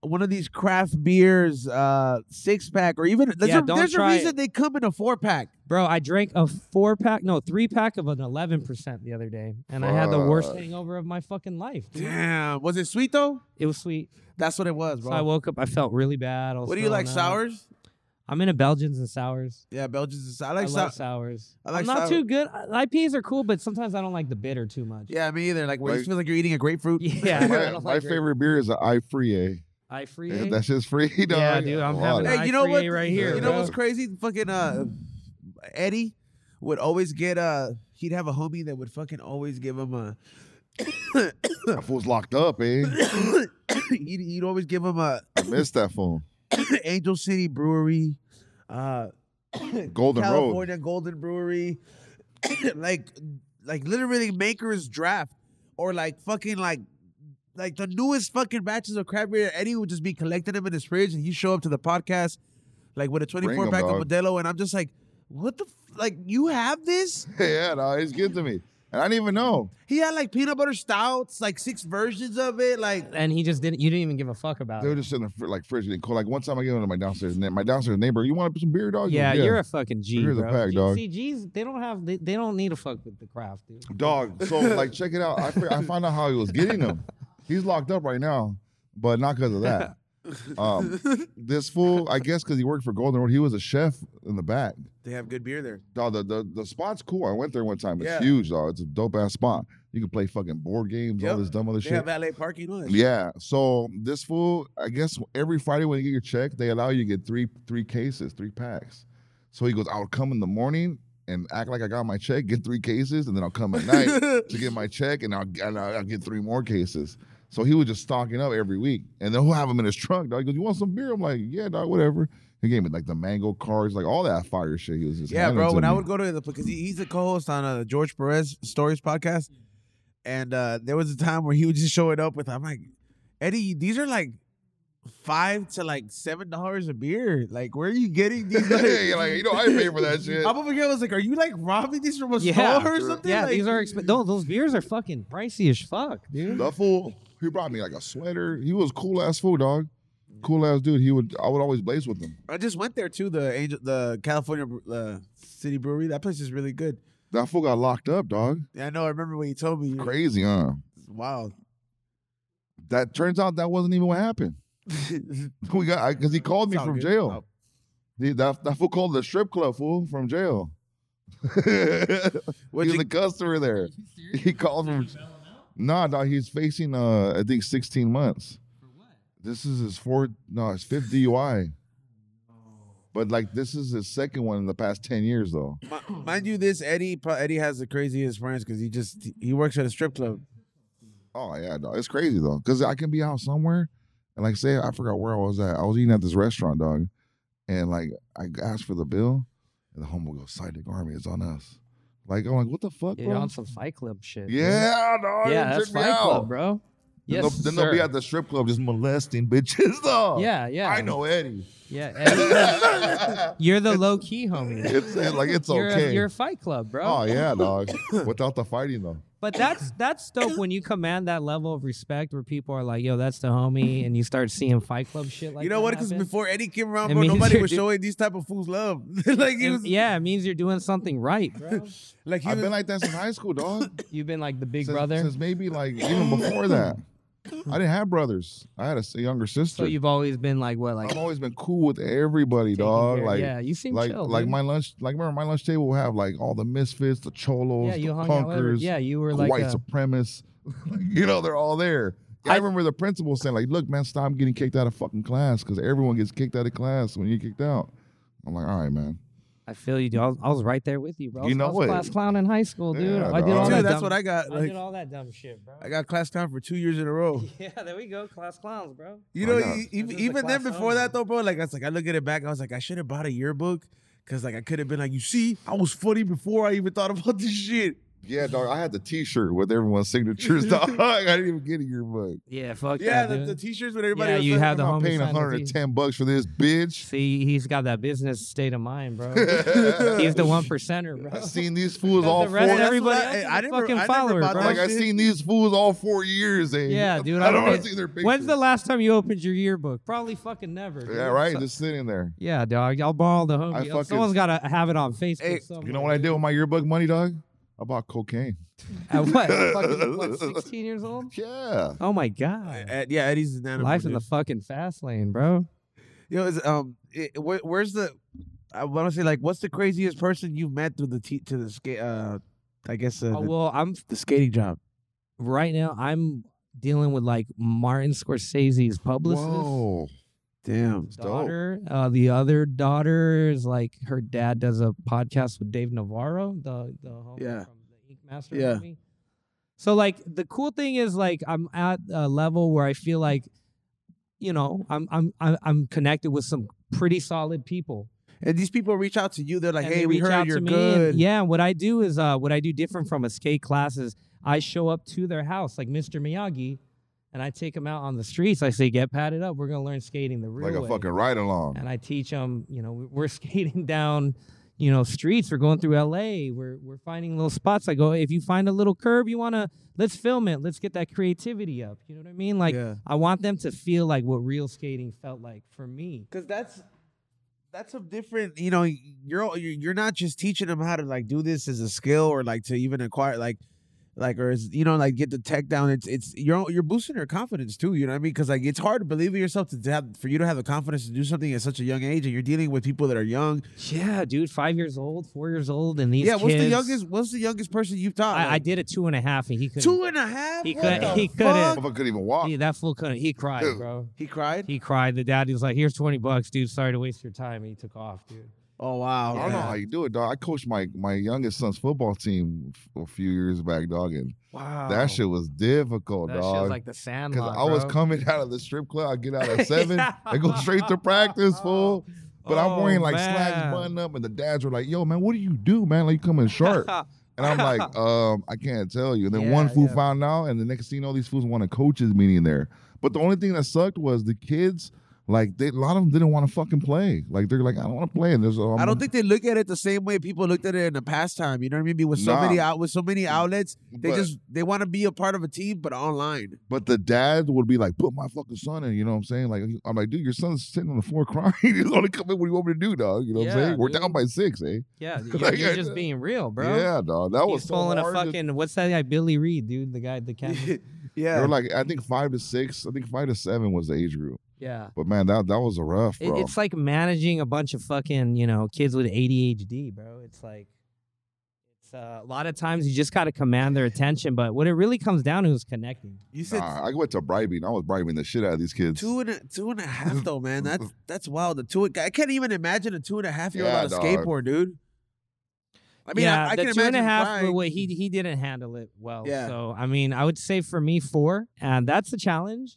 S1: one of these craft beers uh six pack or even there's,
S2: Yeah,
S1: a,
S2: don't
S1: there's a
S2: try
S1: reason
S2: it.
S1: they come in a four pack.
S2: bro, I drank a four pack, no, three pack of an eleven percent the other day, and I had the worst
S3: Fuck.
S2: hangover of my fucking life. dude.
S1: Damn, was it sweet though?
S2: It was sweet.
S1: That's what it was,
S2: So I
S1: bro.
S2: woke up, I felt really bad. I was
S1: what do you like?
S2: throwing up.
S1: Sours?
S2: I'm into Belgians and sours.
S1: Yeah, Belgians. is- I
S2: I,
S1: like sour.
S2: love sours.
S1: I like
S2: am not
S1: sour-
S2: too good. I- IPAs are cool, but sometimes I don't like the bitter too much.
S1: Yeah, me either. Like, where you
S3: Like-
S1: feel like you're eating a grapefruit.
S2: Yeah, I
S3: my
S2: don't
S3: my
S2: like grape-
S3: favorite beer is an I free A.
S2: I free.
S3: Yeah,
S2: it.
S3: That shit's free, dog.
S2: Yeah, dude, I'm
S3: Fuck.
S2: having
S1: Hey,
S2: I
S1: you know what?
S2: create right here,
S1: you know
S2: bro.
S1: what's crazy? Fucking uh, Eddie would always get uh, he'd have a homie that would fucking always give him a,
S3: that fool's locked up, eh?
S1: he'd, he'd always give him a
S3: I missed that fool.
S1: Angel City Brewery, uh,
S3: Golden Road.
S1: California Golden Brewery, like like literally Maker's Draft or like fucking like. Like the newest fucking batches of crab beer, Eddie would just be collecting them in his fridge, and he'd show up to the podcast like with a twenty four
S3: 'em,
S1: pack of
S3: dog.
S1: Modelo, and I'm just like, "What the f- like? You have this?
S3: yeah, no, it's good to me. And I didn't even know.
S1: He had like peanut butter stouts, like six versions of it. Like,
S2: and he just didn't. You didn't even give a fuck about
S3: They were
S2: it.
S3: just in the fr- like fridge getting cold. Like one time I get into my downstairs na- my downstairs neighbor, you want some beer, dog? He
S2: Yeah,
S3: goes,
S2: you're a fucking G,
S3: Oh, Here's a
S2: bro.
S3: pack,
S2: G-
S3: dog.
S2: See, G's they don't have. They, they don't need to fuck with the craft, dude.
S3: dog. So like, check it out. I fi- I found out how he was getting them. He's locked up right now, but not because of that. Um, this fool, I guess, because he worked for Golden Road, he was a chef in the back.
S1: they have good beer there.
S3: Dog, the, the the spot's cool. I went there one time. It's
S1: Yeah.
S3: huge, dog. It's a dope ass spot. You can play fucking board games, all
S1: Yep.
S3: this dumb other
S1: They
S3: shit.
S1: have valet parking on.
S3: Yeah. So this fool, I guess every Friday when you get your check, they allow you to get three three cases, three packs. So he goes, I'll come in the morning and act like I got my check, get three cases, and then I'll come at night to get my check, and I'll and I'll, I'll get three more cases. So he was just stocking up every week, and then he'll have him in his trunk. Dog. He goes, "You want some beer?" I'm like, "Yeah, dog, whatever." He gave me like the mango cards, like all that fire shit. He was just
S1: Yeah,
S3: handing
S1: bro.
S3: to
S1: When I
S3: me.
S1: would go to the because he, he's a co-host on uh, George Perez Stories podcast, and uh, there was a time where he would just show it up with. I'm like, Eddie, these are like five to like seven dollars a beer. Like, where are you getting these?
S3: You're
S1: Like,
S3: like, you know, I pay for that shit.
S1: I'm over here. I was like, are you like robbing these from a
S2: Yeah,
S1: store or something?
S2: yeah,
S1: Like-
S2: these are exp- no, those beers are fucking pricey as fuck, dude.
S3: The fool, he brought me like a sweater. He was cool ass fool, dog. Cool ass dude. He would I would always blaze with him.
S1: I just went there too. The Angel, the California uh, City Brewery. That place is really good.
S3: That fool got locked up, dog.
S1: Yeah, I know. I remember what you told me.
S3: Crazy, huh?
S1: Wow.
S3: That turns out that wasn't even what happened. We got because he called me
S1: Sound
S3: from
S1: good. Oh.
S3: jail. He- that that fool called the strip club fool from jail. he
S1: What
S3: was
S1: you,
S3: a customer there. He called from. Nah, dog. He's facing uh I think 16 months. This is his fourth, no, his fifth DUI. But like this is his second one in the past 10 years though.
S1: mi- mind you, this Eddie. pro- Eddie has the craziest friends because he just he works at a strip club.
S3: Oh yeah, dog. It's crazy though, cause I can be out somewhere, and like say I forgot where I was at. I was eating at this restaurant, dog, and like I asked for the bill, and the homeboy goes, "Psychic Army is on us." Like I'm like, what the fuck,
S2: Yeah,
S3: bro?
S2: you're on some Fight Club shit. dude.
S3: yeah,
S2: yeah,
S3: dog. it
S2: that's
S3: tripped me
S2: Fight
S3: out.
S2: Club, bro.
S3: Then,
S2: Yes,
S3: they'll, then they'll be
S2: sir.
S3: at the strip club just molesting bitches, dog.
S2: Yeah, yeah.
S3: I know Eddie.
S2: Yeah, and- you're the low key homie.
S3: It's, it's like it's
S2: You're, a,
S3: okay.
S2: you're a Fight Club, bro.
S3: oh yeah, dog. Without the fighting though.
S2: But that's that's dope when you command that level of respect where people are like, "Yo, that's the homie," and you start seeing Fight Club shit like
S1: you know
S2: that
S1: what? Because
S2: happen.
S1: before Eddie came
S2: It
S1: around, bro,
S2: means
S1: nobody
S2: you're
S1: was
S2: do-
S1: showing these type of fools love. like he
S2: It-
S1: was,
S2: yeah, it means you're doing something right, bro.
S1: like he
S3: I've
S1: was,
S3: been like that since high school, dog.
S2: You've been like the big
S3: Since-
S2: brother,
S3: Since maybe like even before that. I didn't have brothers. I had a, s- a younger sister.
S2: so you've always been like what, like
S3: I've always been cool with everybody, dog.
S2: care-
S3: Like
S2: yeah, you seem
S3: like
S2: chill,
S3: like
S2: dude.
S3: my lunch like remember my lunch table would have like all the misfits, the cholos,
S2: yeah, you
S3: the
S2: hung out with every-
S3: punkers,
S2: yeah, you were
S3: the
S2: like
S3: white
S2: a-
S3: supremacists. you know, they're all there. I,
S2: I-
S3: remember the principal saying, like, look, man, stop getting kicked out of fucking class because everyone gets kicked out of class when you get kicked out. I'm like, all right, man.
S2: I feel you, dude. I was, I was right there with you, bro. I
S3: You
S2: was-
S3: know
S2: I was
S3: what?
S2: a class clown in high school, dude.
S3: Yeah,
S2: I did
S3: dog.
S2: all
S3: Dude,
S1: Dude,
S2: that
S1: that's
S2: dumb-
S1: what I got.
S2: I
S1: Like
S2: did all that dumb shit, bro.
S1: I got class time for two years in a row.
S2: Yeah, there we go, class clowns, bro.
S1: You
S3: Why
S1: know,
S3: not?
S1: e- e-
S2: This is the
S1: even then
S2: class
S1: before that
S2: only.
S1: though, bro, like I was like, I look at it back, I was like, I should have bought a yearbook. Cause like I could have been like, you see, I was funny before I even thought about this shit.
S3: Yeah, dog. I had the T-shirt with everyone's signatures. dog. I didn't even get a yearbook.
S2: Yeah, fuck
S1: Yeah,
S2: that,
S1: the,
S2: dude.
S1: the t-shirts with everybody.
S2: Yeah,
S1: was
S2: you
S1: like-
S2: have
S3: I'm
S2: the
S3: not
S2: homie
S3: paying
S2: signed the
S3: 110 bucks for this, bitch.
S2: See, he's got that business state of mind, bro. he's the one percenter, bro.
S3: I seen these fools
S2: The
S3: all
S2: rest
S3: four.
S2: of everybody
S1: I-
S2: else is
S1: I
S2: a
S1: never-
S2: fucking
S1: I never
S2: follower,
S1: bought
S2: bro.
S1: that
S3: Like I
S1: shit.
S3: seen these fools all four years. And
S2: yeah, dude.
S3: I don't
S2: don't
S3: want to
S2: think-
S3: see their pictures.
S2: When's the last time you opened your yearbook? Probably fucking never. dude.
S3: Yeah, right.
S2: So-
S3: Just sitting there.
S2: yeah, dog. I'll borrow the homie.
S3: I fucking-
S2: Someone's got to have it on Facebook.
S1: Hey, you
S2: somewhere.
S3: You know what I did with my yearbook money, dog? I bought cocaine.
S2: At what? fucking, what? 16 years old?
S3: Yeah.
S2: Oh my god.
S1: Ed- yeah, Eddie's an animal.
S2: Life in
S1: dude.
S2: the fucking fast lane, bro.
S1: you know, it's, um, it, where, where's the? I want to say like, what's the craziest person you met through the t- to the skate? Uh, I guess uh,
S2: Oh,
S1: the,
S2: well, I'm
S1: the skating job.
S2: right now. I'm dealing with like Martin Scorsese's publicist.
S3: Whoa.
S1: Damn.
S3: It's dope.
S2: daughter. Uh, the other daughter is like her dad does a podcast with Dave Navarro, the the homie
S1: Yeah.
S2: from the Ink Master.
S1: Yeah.
S2: homie. So like the cool thing is like I'm at a level where I feel like, you know, I'm I'm I'm I'm connected with some pretty solid people.
S1: And these people reach out to you. They're like,
S2: And
S1: hey,
S2: they
S1: we
S2: reach
S1: heard
S2: out
S1: you're
S2: to me
S1: good.
S2: And, yeah, what I do is uh, what I do different from escape classes. I show up to their house like Mr. Miyagi, and I take them out on the streets. I say, get padded up. We're gonna learn skating the real
S3: Like a
S2: way
S3: fucking ride along.
S2: and I teach them, you know, we- we're skating down, you know, streets. We're going through LA. We're we're finding little spots. I go, if you find a little curb, you wanna let's film it. Let's get that creativity up. You know what I mean? Like
S1: Yeah.
S2: I want them to feel like what real skating felt like for me.
S1: because that's that's a different you know you're you're not just teaching them how to like do this as a skill or like to even acquire like like or is you know like get the tech down it's it's you're you're boosting their confidence too you know what i mean because like it's hard to believe in yourself to have for you to have the confidence to do something at such a young age and you're dealing with people that are young
S2: Yeah, dude, five years old, four years old, and these
S1: yeah what's the
S2: kids-
S1: youngest what's the youngest person you've taught
S2: I, I
S1: Like,
S2: did a two and a half, and he couldn't.
S1: two and a half
S2: He
S1: What
S2: could-
S1: the
S2: he
S1: fuck?
S2: couldn't.
S3: Motherfucker couldn't even walk.
S2: He, that fool couldn't. He cried,
S3: Dude.
S2: bro.
S1: he cried
S2: He cried. The daddy was like, "Here's twenty bucks, dude. Sorry to waste your time." And he took off, dude.
S1: oh wow
S3: I don't know how you do it, dog. I coached my my youngest son's football team f- a few years back, dog, and
S2: Wow.
S3: that shit was difficult,
S2: That shit
S3: dog.
S2: was like the sandlot.
S3: Cause I was
S2: bro.
S3: coming out of the strip club, I get out at seven, I go straight to practice, fool. But I'm
S2: Oh,
S3: wearing like
S2: man.
S3: slacks button up, and the dads were like, "Yo, man, what do you do, man? Like you coming sharp?" And I'm like, um, I can't tell you. And then one
S2: Yeah,
S3: fool
S2: yeah.
S3: found out, and the next thing you know, these fools want a coaches meeting there. But the only thing that sucked was the kids, like they, a lot of them didn't want to fucking play. Like they're like, I don't want to play. And there's, um,
S1: I don't think they look at it the same way people looked at it in the past time. You know what I mean? Be With so
S3: Nah. Mm.
S1: many out with so many outlets, they
S3: But-
S1: just they want to be a part of a team, but online.
S3: But the dad would be like, put my fucking son in. You know what I'm saying? Like I'm like, dude, your son's sitting on the floor crying. He's only coming. What do you want me to do, dog? You know what I'm
S2: Yeah,
S3: saying? We're
S2: dude.
S3: down by six, eh?
S2: yeah, you-
S3: Like,
S2: you're,
S3: I-
S2: just being real, bro.
S3: Yeah, dog. That was
S2: He's
S3: so
S2: pulling a
S3: hard to-
S2: fucking what's that guy Billy Reed, dude? The guy, the cat.
S3: They
S1: yeah.
S3: were like, I think five to six. I think five to seven was the age group.
S2: yeah,
S3: But man, that that was a rough,
S2: it,
S3: bro.
S2: it's like managing a bunch of fucking you know kids with ADHD, bro. It's like it's uh, a lot of times you just got to command their attention, but what it really comes down to is connecting.
S1: you said
S3: Nah, I went to bribing. I was bribing the shit out of these kids.
S1: two and a, two and a half though, man. That's that's wild. The two I can't even imagine a two and a half year old
S3: Yeah,
S1: on a
S3: dog.
S1: skateboard, dude. I mean,
S2: yeah,
S1: I, I
S2: the
S1: can
S2: two and
S1: imagine
S2: a half.
S1: crying.
S2: What he he didn't handle it well.
S1: Yeah.
S2: So I mean, I would say for me four, and that's a challenge.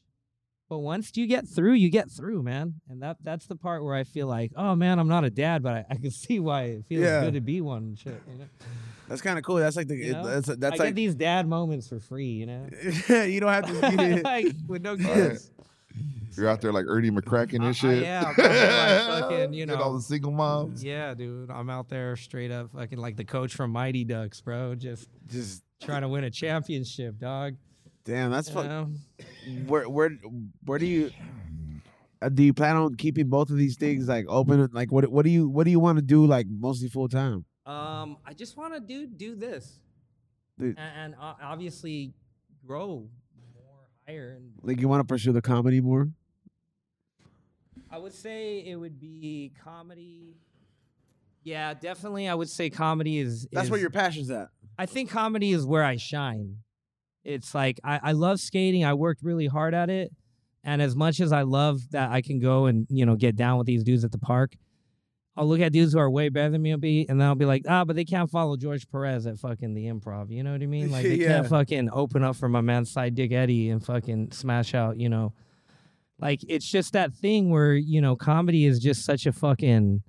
S2: But once you get through, you get through, man. And that that's the part where I feel like, oh man, I'm not a dad, but I, I can see why it feels
S1: Yeah.
S2: good to be one. And shit, you know?
S1: That's kind of cool. That's like the
S2: You know?
S1: that's that's
S2: I
S1: like
S2: get these dad moments for free, you know.
S1: you don't have to.
S2: like with no
S3: right.
S2: kids.
S3: You're out there like Ernie McCracken
S2: Uh, uh,
S3: and shit.
S2: yeah, bro, like fucking, you
S3: Get all
S2: know.
S3: the single moms.
S2: Yeah, dude. I'm out there straight up fucking like the coach from Mighty Ducks, bro. Just
S1: Just
S2: trying to win a championship, dog.
S1: damn, that's fuck.
S2: Um,
S1: Where where where do you uh, do you plan on keeping both of these things like open? Like what what do you what do you want to do like mostly full time?
S2: um, I just want to do do this,
S1: Dude.
S2: and, and uh, obviously grow more higher. And
S1: Like you want to pursue the comedy more?
S2: I would say it would be comedy. Yeah, definitely. I would say comedy is.
S1: That's
S2: is,
S1: where your passion's at.
S2: I think comedy is where I shine. It's like I, I love skating. I worked really hard at it. And as much as I love that I can go and, you know, get down with these dudes at the park, I'll look at dudes who are way better than me and be and then I'll be like, ah, but they can't follow George Perez at fucking the improv. You know what I mean? Like they
S1: Yeah.
S2: can't fucking open up for my man side Dick Eddie and fucking smash out, you know. Like it's just that thing where, you know, comedy is just such a fucking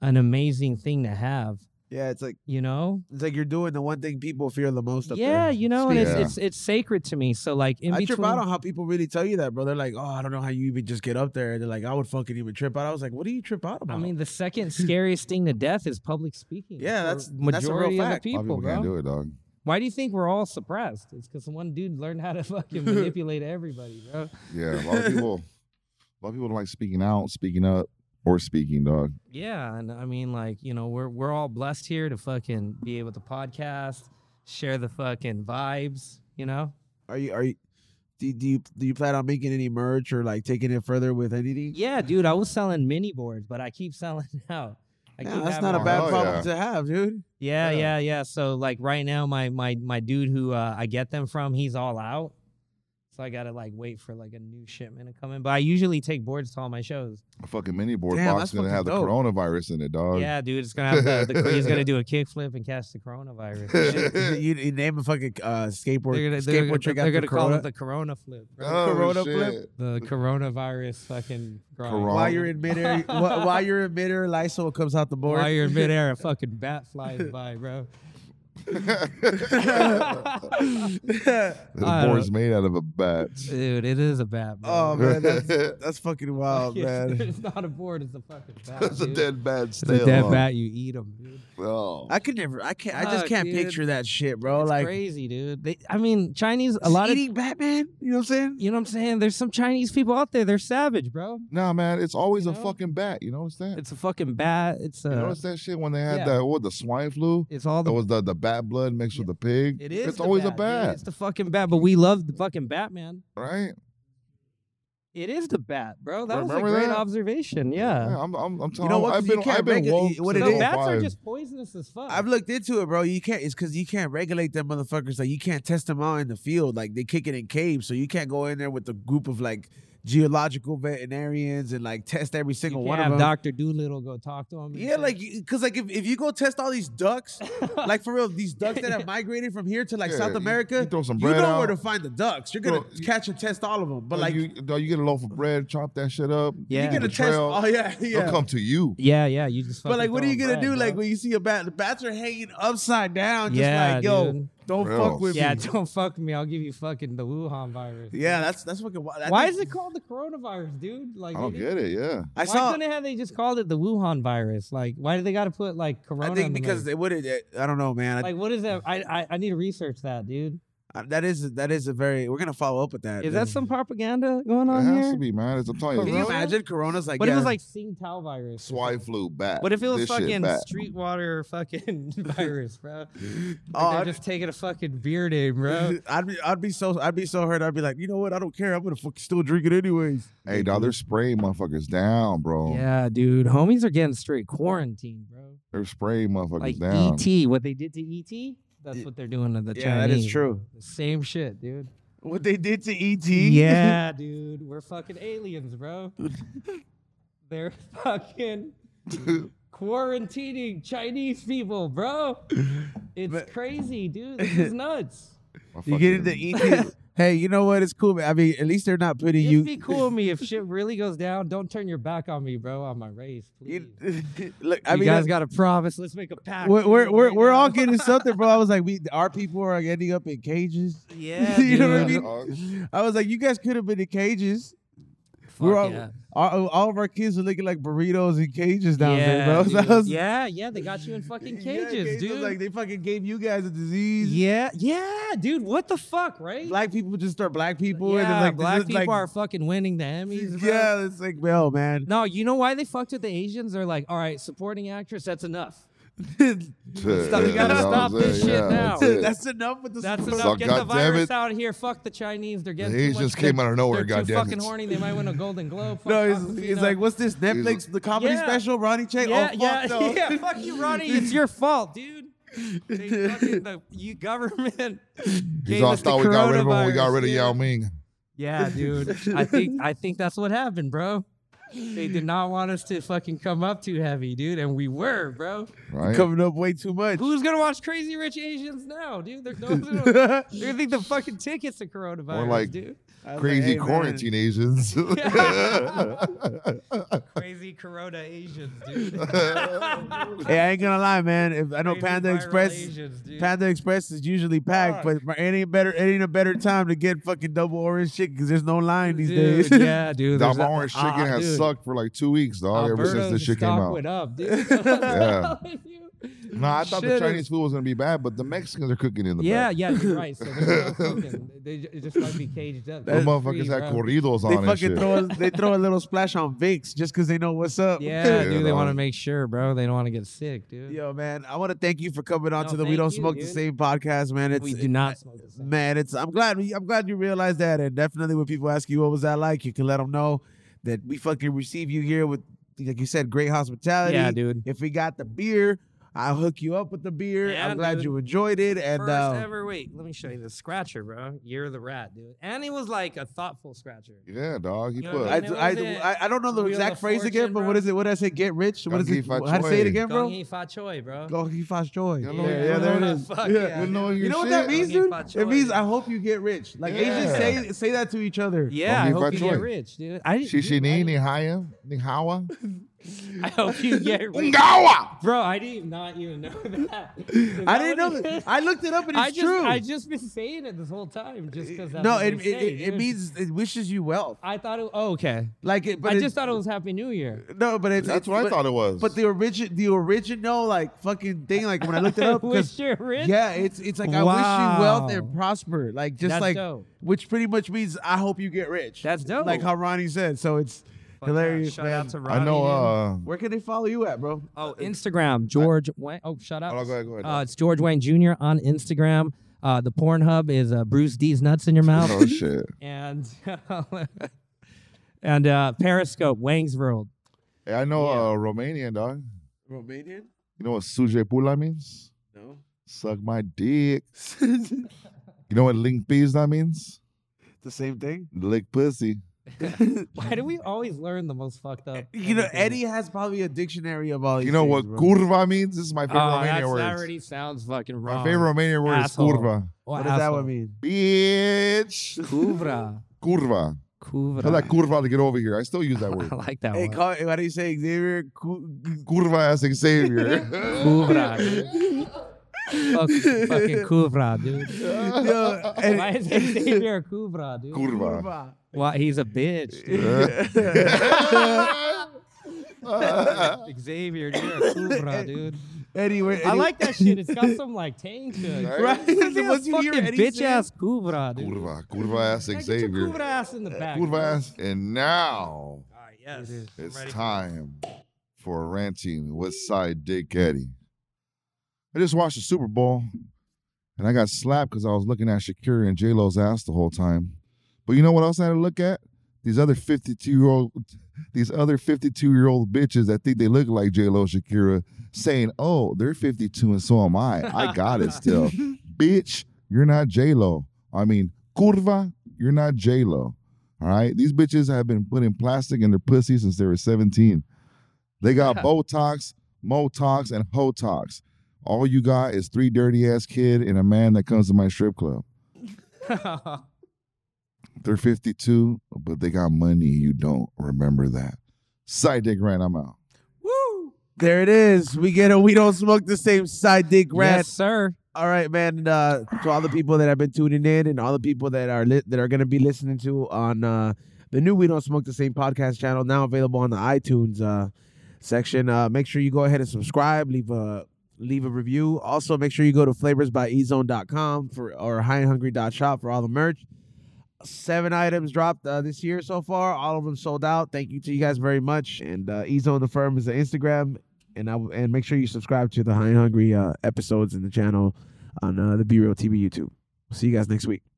S2: an amazing thing to have,
S1: Yeah, it's like
S2: you know?
S1: it's like you're doing the one thing people fear the most. Up
S2: yeah,
S1: there.
S2: you know, and it's,
S3: Yeah.
S2: it's it's sacred to me. So like in
S1: I
S2: between,
S1: trip out on how people really tell you that, bro. They're like, "Oh, I don't know how you even just get up there." And they're like, "I would fucking even trip out." I was like, "What do you trip out
S2: I
S1: about?"
S2: mean, the second scariest thing to death is public speaking.
S1: Yeah,
S2: for
S1: that's- that's a real
S2: majority of
S1: fact.
S2: the
S3: A lot of
S2: people,
S3: people can't
S2: bro.
S3: do it, dog.
S2: Why do you think we're all suppressed? It's because one dude learned how to fucking manipulate everybody, bro.
S3: Yeah, a lot of people, a lot of people don't like speaking out, speaking up, or speaking, dog.
S2: Yeah, and I mean, like you know, we're we're all blessed here to fucking be able to podcast, share the fucking vibes, you know.
S1: are you are you do, do you do you plan on making any merch or like taking it further with anything?
S2: Yeah, dude, I was selling mini boards, but I keep selling out. I
S1: Nah,
S2: keep
S1: that's
S2: having
S1: not a
S2: all-
S1: bad
S3: Oh,
S1: problem
S3: yeah.
S1: to have, dude.
S2: Yeah,
S1: Yeah.
S2: yeah, yeah, So like right now, my my my dude who uh, I get them from, he's all out. So I gotta like wait for like a new shipment to come in. But I usually take boards to all my shows.
S3: A fucking mini board
S1: Damn,
S3: box
S1: that's
S3: gonna have the
S1: fucking
S3: coronavirus in it, dog.
S2: yeah, dude, it's gonna have the, the he's gonna do a kickflip and catch the coronavirus.
S1: you, you name a fucking uh, skateboard
S2: They're gonna,
S1: skateboard
S2: they're gonna-
S1: trick
S2: they're
S1: after
S2: gonna call
S1: Corona.
S2: it the corona flip, bro.
S3: Oh,
S1: Corona
S3: shit.
S1: flip?
S2: the coronavirus fucking grind.
S3: Corona.
S1: while you're in midair, wh- while you're in midair, Lysol comes out the board.
S2: While you're in midair, a fucking bat flies by, bro.
S3: The
S2: I don't-
S3: board's made out of a bat.
S2: Dude, it is a bat, bro.
S1: oh man, that's, that's fucking wild, Oh, man.
S2: it's not a board, it's a fucking bat.
S3: That's a
S2: dude.
S3: dead bat
S2: It's
S3: still.
S2: a dead bat. You eat them, dude.
S3: Oh.
S1: I could never, I can't, I just
S2: Fuck,
S1: can't
S2: dude.
S1: picture that shit, bro.
S2: It's
S1: like
S2: crazy, dude. They, I mean, Chinese. A lot
S1: eating Batman. You know what I'm saying?
S2: of you know what I'm saying. There's some Chinese people out there. They're savage, bro.
S3: Nah, man, it's always
S2: You
S3: a
S2: know?
S3: fucking bat. You notice that?
S2: It's a fucking bat. It's
S1: uh,
S3: you
S2: a.
S3: notice that shit when they had
S2: yeah.
S3: that what the swine flu?
S2: It's all
S3: That
S2: the.
S3: was the the bat blood mixed with the pig.
S2: It is.
S3: It's
S2: the
S3: always a
S2: dude.
S3: bat,
S2: It's the fucking bat. But we love the fucking Batman.
S3: right?
S2: It is the bat, bro. That
S3: Remember
S2: was a great
S3: that?
S2: observation. Yeah.
S3: Yeah, I'm I'm, I'm telling
S1: know what?
S3: I've
S1: 'Cause you
S3: been
S1: can't
S3: I've been
S1: make it-
S3: woke
S1: what
S3: since
S1: it
S2: So
S1: is-
S3: I'm
S2: bats are
S3: five.
S2: just poisonous as fuck.
S1: I've looked into it, bro. You can't. It's because you can't regulate them motherfuckers. Like you can't test them out in the field. Like they kick it in caves, so you can't go in there with a group of like geological veterinarians and like test every
S2: you
S1: single
S2: can't
S1: one
S2: have
S1: of them.
S2: Doctor Doolittle go talk to him. and
S1: yeah,
S2: shit.
S1: like because like if, if you go test all these ducks, like for real, these ducks that have migrated from here to like
S3: Yeah,
S1: South
S3: you-
S1: America,
S3: you throw some
S1: you
S3: bread
S1: know where to
S3: out.
S1: find the ducks. You're gonna
S3: Bro, you-
S1: catch and test all of them. But like
S3: you, dog, you get a loaf of bread, chop that shit up.
S2: Yeah.
S1: you're
S3: the
S1: gonna test.
S3: trail,
S1: Oh yeah, yeah.
S3: They'll come to you.
S2: yeah, yeah. You just.
S1: But like, what are you gonna do? Like,
S2: we
S1: when you see a bat, the bats are hanging upside down. Just
S2: Yeah,
S1: like, yo,
S2: dude.
S1: don't
S3: Real.
S1: fuck with
S2: yeah,
S1: me.
S2: don't fuck me. I'll give you fucking the Wuhan virus.
S1: Yeah, that's that's fucking. wild. I
S2: Why
S1: think-
S2: is it called the coronavirus, dude? Like,
S3: I
S2: they
S3: don't
S2: didn't-
S3: Oh, get it. Yeah,
S1: I
S2: why
S1: saw.
S2: couldn't have they just called it the Wuhan virus? Like, why do they got to put like corona?
S1: I
S2: in
S1: think
S2: the
S1: because
S2: name?
S1: they would. not I don't know, man. I-
S2: like, what is that? I, I I need to research that, dude.
S1: I, that is that is a very. We're gonna follow up with that.
S2: Is that
S1: dude.
S2: some propaganda going
S3: it
S2: on
S3: has
S2: here?
S3: to be, man. It's, I'm telling you,
S1: Can
S3: it's
S1: you
S2: Corona?
S1: imagine Corona's like?
S2: What
S1: yeah,
S2: if it was like Sing Tao virus? or
S3: swine
S2: something?
S3: flu bat.
S2: What if it was
S3: This shit,
S2: fucking
S3: bat.
S2: street water fucking virus, bro? Like,
S1: Oh,
S2: they're
S1: I'd-
S2: just taking a fucking beer name, bro.
S1: I'd be I'd be so I'd be so hurt. I'd be like, you know what? I don't care. I'm gonna fucking still drink it anyways.
S3: Hey, dog, they're spraying motherfuckers down, bro.
S2: yeah, dude. Homies are getting straight quarantined, bro.
S3: They're spraying motherfuckers
S2: Like E
S3: down.
S2: ET, what they did to ET. That's what they're doing to the
S1: Yeah,
S2: Chinese.
S1: that is true. E
S2: The same shit, dude.
S1: What they did to
S2: E
S1: ET.
S2: Yeah, dude, we're fucking aliens, bro. They're fucking quarantining Chinese people, bro. It's
S1: But-
S2: crazy, dude. This is nuts.
S3: My
S1: you get
S3: fucking-
S2: E
S1: into ET. hey, you know what? It's cool, man. I mean, at least they're not putting
S2: Just
S1: you.
S2: be cool with me. If shit really goes down, don't turn your back on me, bro. On my race, please. You,
S1: You- look, I mean,
S2: guys
S1: that-
S2: got to promise. Let's make a pact.
S1: we're
S2: dude,
S1: we're we're,
S2: right
S1: we're all
S2: now.
S1: getting something, bro. I was like, we our people are ending up in cages.
S2: Yeah,
S1: you know what I
S2: dude.
S1: mean? I was like, you guys could have been in cages. We were
S2: Fuck
S1: all,
S2: yeah.
S1: all, all of our kids were looking like burritos and cages down there, bro. So I
S2: dude.
S1: was-
S2: yeah, yeah, they got you in fucking
S1: Yeah,
S2: cages, dude.
S1: Like they fucking gave you guys a disease.
S2: yeah, yeah, dude. What the fuck, right?
S1: Black people just start black people. and
S2: yeah,
S1: then, like,
S2: black
S1: this is,
S2: people
S1: like,
S2: are fucking winning the Emmys. bro.
S1: Yeah, it's like, well, man.
S2: No, you know why they fucked with the Asians? They're like, all right, supporting actress, that's enough.
S3: Stop,
S2: you gotta stop this shit now.
S3: Oh,
S1: That's enough with the
S2: That's
S1: support.
S2: enough.
S3: So
S2: Get the
S3: goddamn
S2: virus
S3: it.
S2: out of here. Fuck the Chinese. They're getting
S3: The
S2: too
S3: Asians
S2: much-
S3: came
S2: they're-
S3: out of nowhere,
S2: They're too
S3: goddamn
S2: fucking
S3: it.
S2: horny. They might win a Golden Globe. Fuck
S1: No,
S2: Aquafina.
S1: it's, it's like, what's this Netflix? The comedy
S2: Yeah.
S1: special, Ronnie Chang.
S2: yeah,
S1: oh, fuck
S2: yeah,
S1: no.
S2: yeah. Fuck you, Ronnie. It's your fault, dude. They fucking, the you government.
S3: He's
S2: gave
S3: all
S2: us the
S3: thought we got rid of him when we got
S2: coronavirus,
S3: rid of
S2: dude.
S3: Yao Ming.
S2: Yeah, dude. I think I think that's what happened, bro. They did not want us to fucking come up too heavy, dude, and we were, bro.
S3: Right?
S1: Coming up way too much.
S2: Who's gonna watch Crazy Rich Asians now, dude? They're, no, they're gonna think the fucking tickets to coronavirus,
S3: like-
S2: dude.
S1: I was
S3: Crazy
S1: like, hey, man.
S3: quarantine Asians.
S2: Crazy Corona Asians, dude.
S1: Hey, I ain't gonna lie, man. If I know
S2: Crazy
S1: Panda
S2: viral
S1: Express,
S2: Asians, dude.
S1: Panda Express is usually packed,
S2: Fuck.
S1: but it ain't better. It ain't a better time to get fucking double orange chicken because there's no line these
S2: Dude,
S1: days.
S2: yeah, dude.
S3: Dog,
S2: there's
S3: my
S2: a-
S3: orange chicken
S2: uh,
S3: has
S2: dude,
S3: sucked for like two weeks, dog, ever since
S2: Alberta's
S3: this shit came
S2: stock
S3: out.
S2: Went up, dude. yeah.
S3: No, I thought the
S2: Shit is-
S3: Chinese food was gonna be bad, but the Mexicans are cooking in the
S2: Yeah,
S3: back.
S2: yeah, you're right. So there's no fucking, they ju- it just might be caged up.
S3: The
S2: They're
S3: motherfuckers
S2: free,
S3: had
S2: bro.
S3: corridos
S1: they
S3: on and
S1: fucking
S3: shit.
S1: throw. A, they throw a little splash on Vinks just because they know what's up.
S2: Yeah, dude, they
S3: dog.
S2: want to make sure, bro. They don't want to get sick, dude.
S1: Yo, man, I want to thank you for coming on
S2: No,
S1: to the We
S2: thank
S1: Don't
S2: you,
S1: Smoke the
S2: dude.
S1: Same podcast, man. It's
S2: we do not smoke this. stuff.
S1: man, it's I'm glad we- I'm glad you realized that, and definitely when people ask you what was that like, you can let them know that we fucking receive you here with, like you said, great hospitality.
S2: Yeah, dude.
S1: If we got the beer, I'll hook you up with the beer.
S2: Yeah,
S1: I'm glad
S2: dude.
S1: you enjoyed it, and
S2: First
S1: uh,
S2: ever, wait, let me show you the scratcher, bro. You're the rat, dude. And it was like a thoughtful scratcher.
S3: Yeah, dog. He
S2: You know
S3: put
S2: what
S1: I,
S2: I mean?
S1: I,
S2: What is it?
S1: I, I don't know the
S2: Wheel of
S1: exact phrase again,
S2: Fortune,
S1: but
S2: bro?
S1: what is it? What did I say? Get rich? What is
S3: Gong
S1: it?
S3: Hee Fa
S1: How to say it
S3: Choy.
S1: again,
S2: Gong
S1: bro?
S2: Hee Fa Choi, bro.
S1: Gong Hee Fa Choy.
S3: Yeah,
S1: Yeah, yeah, there it is.
S2: Fuck
S1: Yeah.
S2: yeah,
S3: You know
S2: dude.
S1: You know what that
S3: shit.
S1: means,
S2: Gong Hee
S1: dude?
S2: Fa
S1: It means
S2: Choy.
S1: I hope you get rich. Like
S3: Yeah.
S1: Asians say say that to each other.
S2: Yeah, I
S3: Gong Hee Fa
S2: hope you
S3: Choi.
S2: get rich, dude. I, didn't-
S3: Shi shi
S2: dude, I
S3: ni
S2: didn't-
S3: ni haya ni hawa.
S2: I hope you get rich.
S3: Ngawa!
S2: Bro, I didn't not even know that.
S1: I didn't know that. I looked it up and it's
S2: I just
S1: true.
S2: I just been saying it this whole time just because
S1: no, it, it, it, it means it wishes you wealth.
S2: I thought it oh, okay.
S1: Like it, but
S2: I
S1: it-
S2: just thought it was Happy New Year.
S1: no, but it's, it's-
S3: That's what I
S1: but-
S3: thought it was.
S1: But the origin, the original like fucking thing, like when I looked it
S2: I
S1: up, 'cause-
S2: wish you're rich.
S1: Yeah, it's it's like I wish you wealth and
S2: Wow.
S1: prosper, like just
S2: That's
S1: like
S2: dope.
S1: which pretty much means I hope you get rich.
S2: That's dope.
S1: Like how Ronnie said. So it's
S2: Fuck yeah,
S1: hilarious,
S2: uh, Shout
S1: man.
S2: out to Ronnie.
S3: I know
S2: dude.
S3: uh
S1: Where can they follow you at, bro?
S2: Oh, Instagram, George Wayne. Oh, shut up.
S3: Oh, no, go ahead, go ahead.
S2: Uh, it's George Wayne Jr. on Instagram. Uh, the Pornhub is uh, Bruce D's nuts in your mouth,
S3: oh shit.
S2: and and uh, Periscope Wang's World.
S3: Hey, I know
S2: Yeah.
S3: uh Romanian dog.
S1: Romanian?
S3: You know what suje pula means?
S1: No.
S3: Suck my dick.
S1: the
S3: You know what link bees that means?
S1: same thing.
S3: Lick pussy.
S2: Why do we always learn the most fucked up?
S1: You know,
S2: everything?
S1: Eddie has probably a dictionary of all these.
S3: You know what
S1: things, bro.
S3: curva means? This is my
S2: Oh,
S3: favorite
S2: that's-
S3: Romanian word.
S2: that already sounds fucking wrong.
S3: My favorite Romanian word
S2: Asshole.
S3: is curva.
S2: Oh,
S1: What does that
S2: asshole.
S1: one mean?
S3: Bitch.
S2: Cuvra.
S3: Curva.
S2: Cuvra.
S3: Tell that curva to get over here. I still use that word.
S2: I like that
S1: Hey,
S2: one.
S1: call, why do you say Xavier? Cu-
S3: Curva as Xavier.
S2: Cuvra. dude. Fuck, fucking Cuvra, dude.
S1: Yo, E-, and-
S2: Why is it Xavier Cuvra, dude?
S3: curva.
S2: Why he's a bitch, dude. Xavier, you're a Cuvra, dude.
S1: Anyway,
S2: I like that shit. It's got some like tang to it.
S3: Right?
S1: Right? Once you hear
S2: fucking
S1: Eddie
S2: bitch
S1: say it-
S2: ass Cuvra, dude.
S3: Curva. Curva as
S2: Like, get your
S3: Xavier.
S2: Cuvra ass in the back.
S3: Curva
S2: bro.
S3: as. And now
S2: All right, yes.
S3: it's time for ranting with side Dick Eddie. I just watched the Super Bowl and I got slapped because I was looking at Shakira and J Lo's ass the whole time. But you know what else I had to look at? These other 52 year old these other 52 year old bitches that think they look like J Lo Shakira saying, Oh, they're 52 and so am I. I got it still. Bitch, you're not J Lo. I mean, curva, you're not J Lo. All right. These bitches have been putting plastic in their pussy since they were 17. They got Botox, Motox, and Hotox. All you got is three dirty ass kid and a man that comes to my strip club. They're 52, but they got money. You don't remember that. Side dick rant, I'm out.
S2: Woo!
S1: There it is. We get a we don't smoke the same side dick rant.
S2: Yes, sir.
S1: All right, man. Uh, to all the people that have been tuning in, and all the people that are li- that are going to be listening to on uh, the new We Don't Smoke the Same podcast channel, now available on the iTunes uh, section. Uh, make sure you go ahead and subscribe, leave a leave a review. Also, make sure you go to flavorsbyezone.com for or highandhungry.shop for all the merch. Seven items dropped uh, this year so far. All of them sold out. Thank you to you guys very much. And uh, Ezone the Firm is the Instagram. And I, and make sure you subscribe to the High and Hungry uh, episodes in the channel on uh, the B Real TV YouTube. See you guys next week.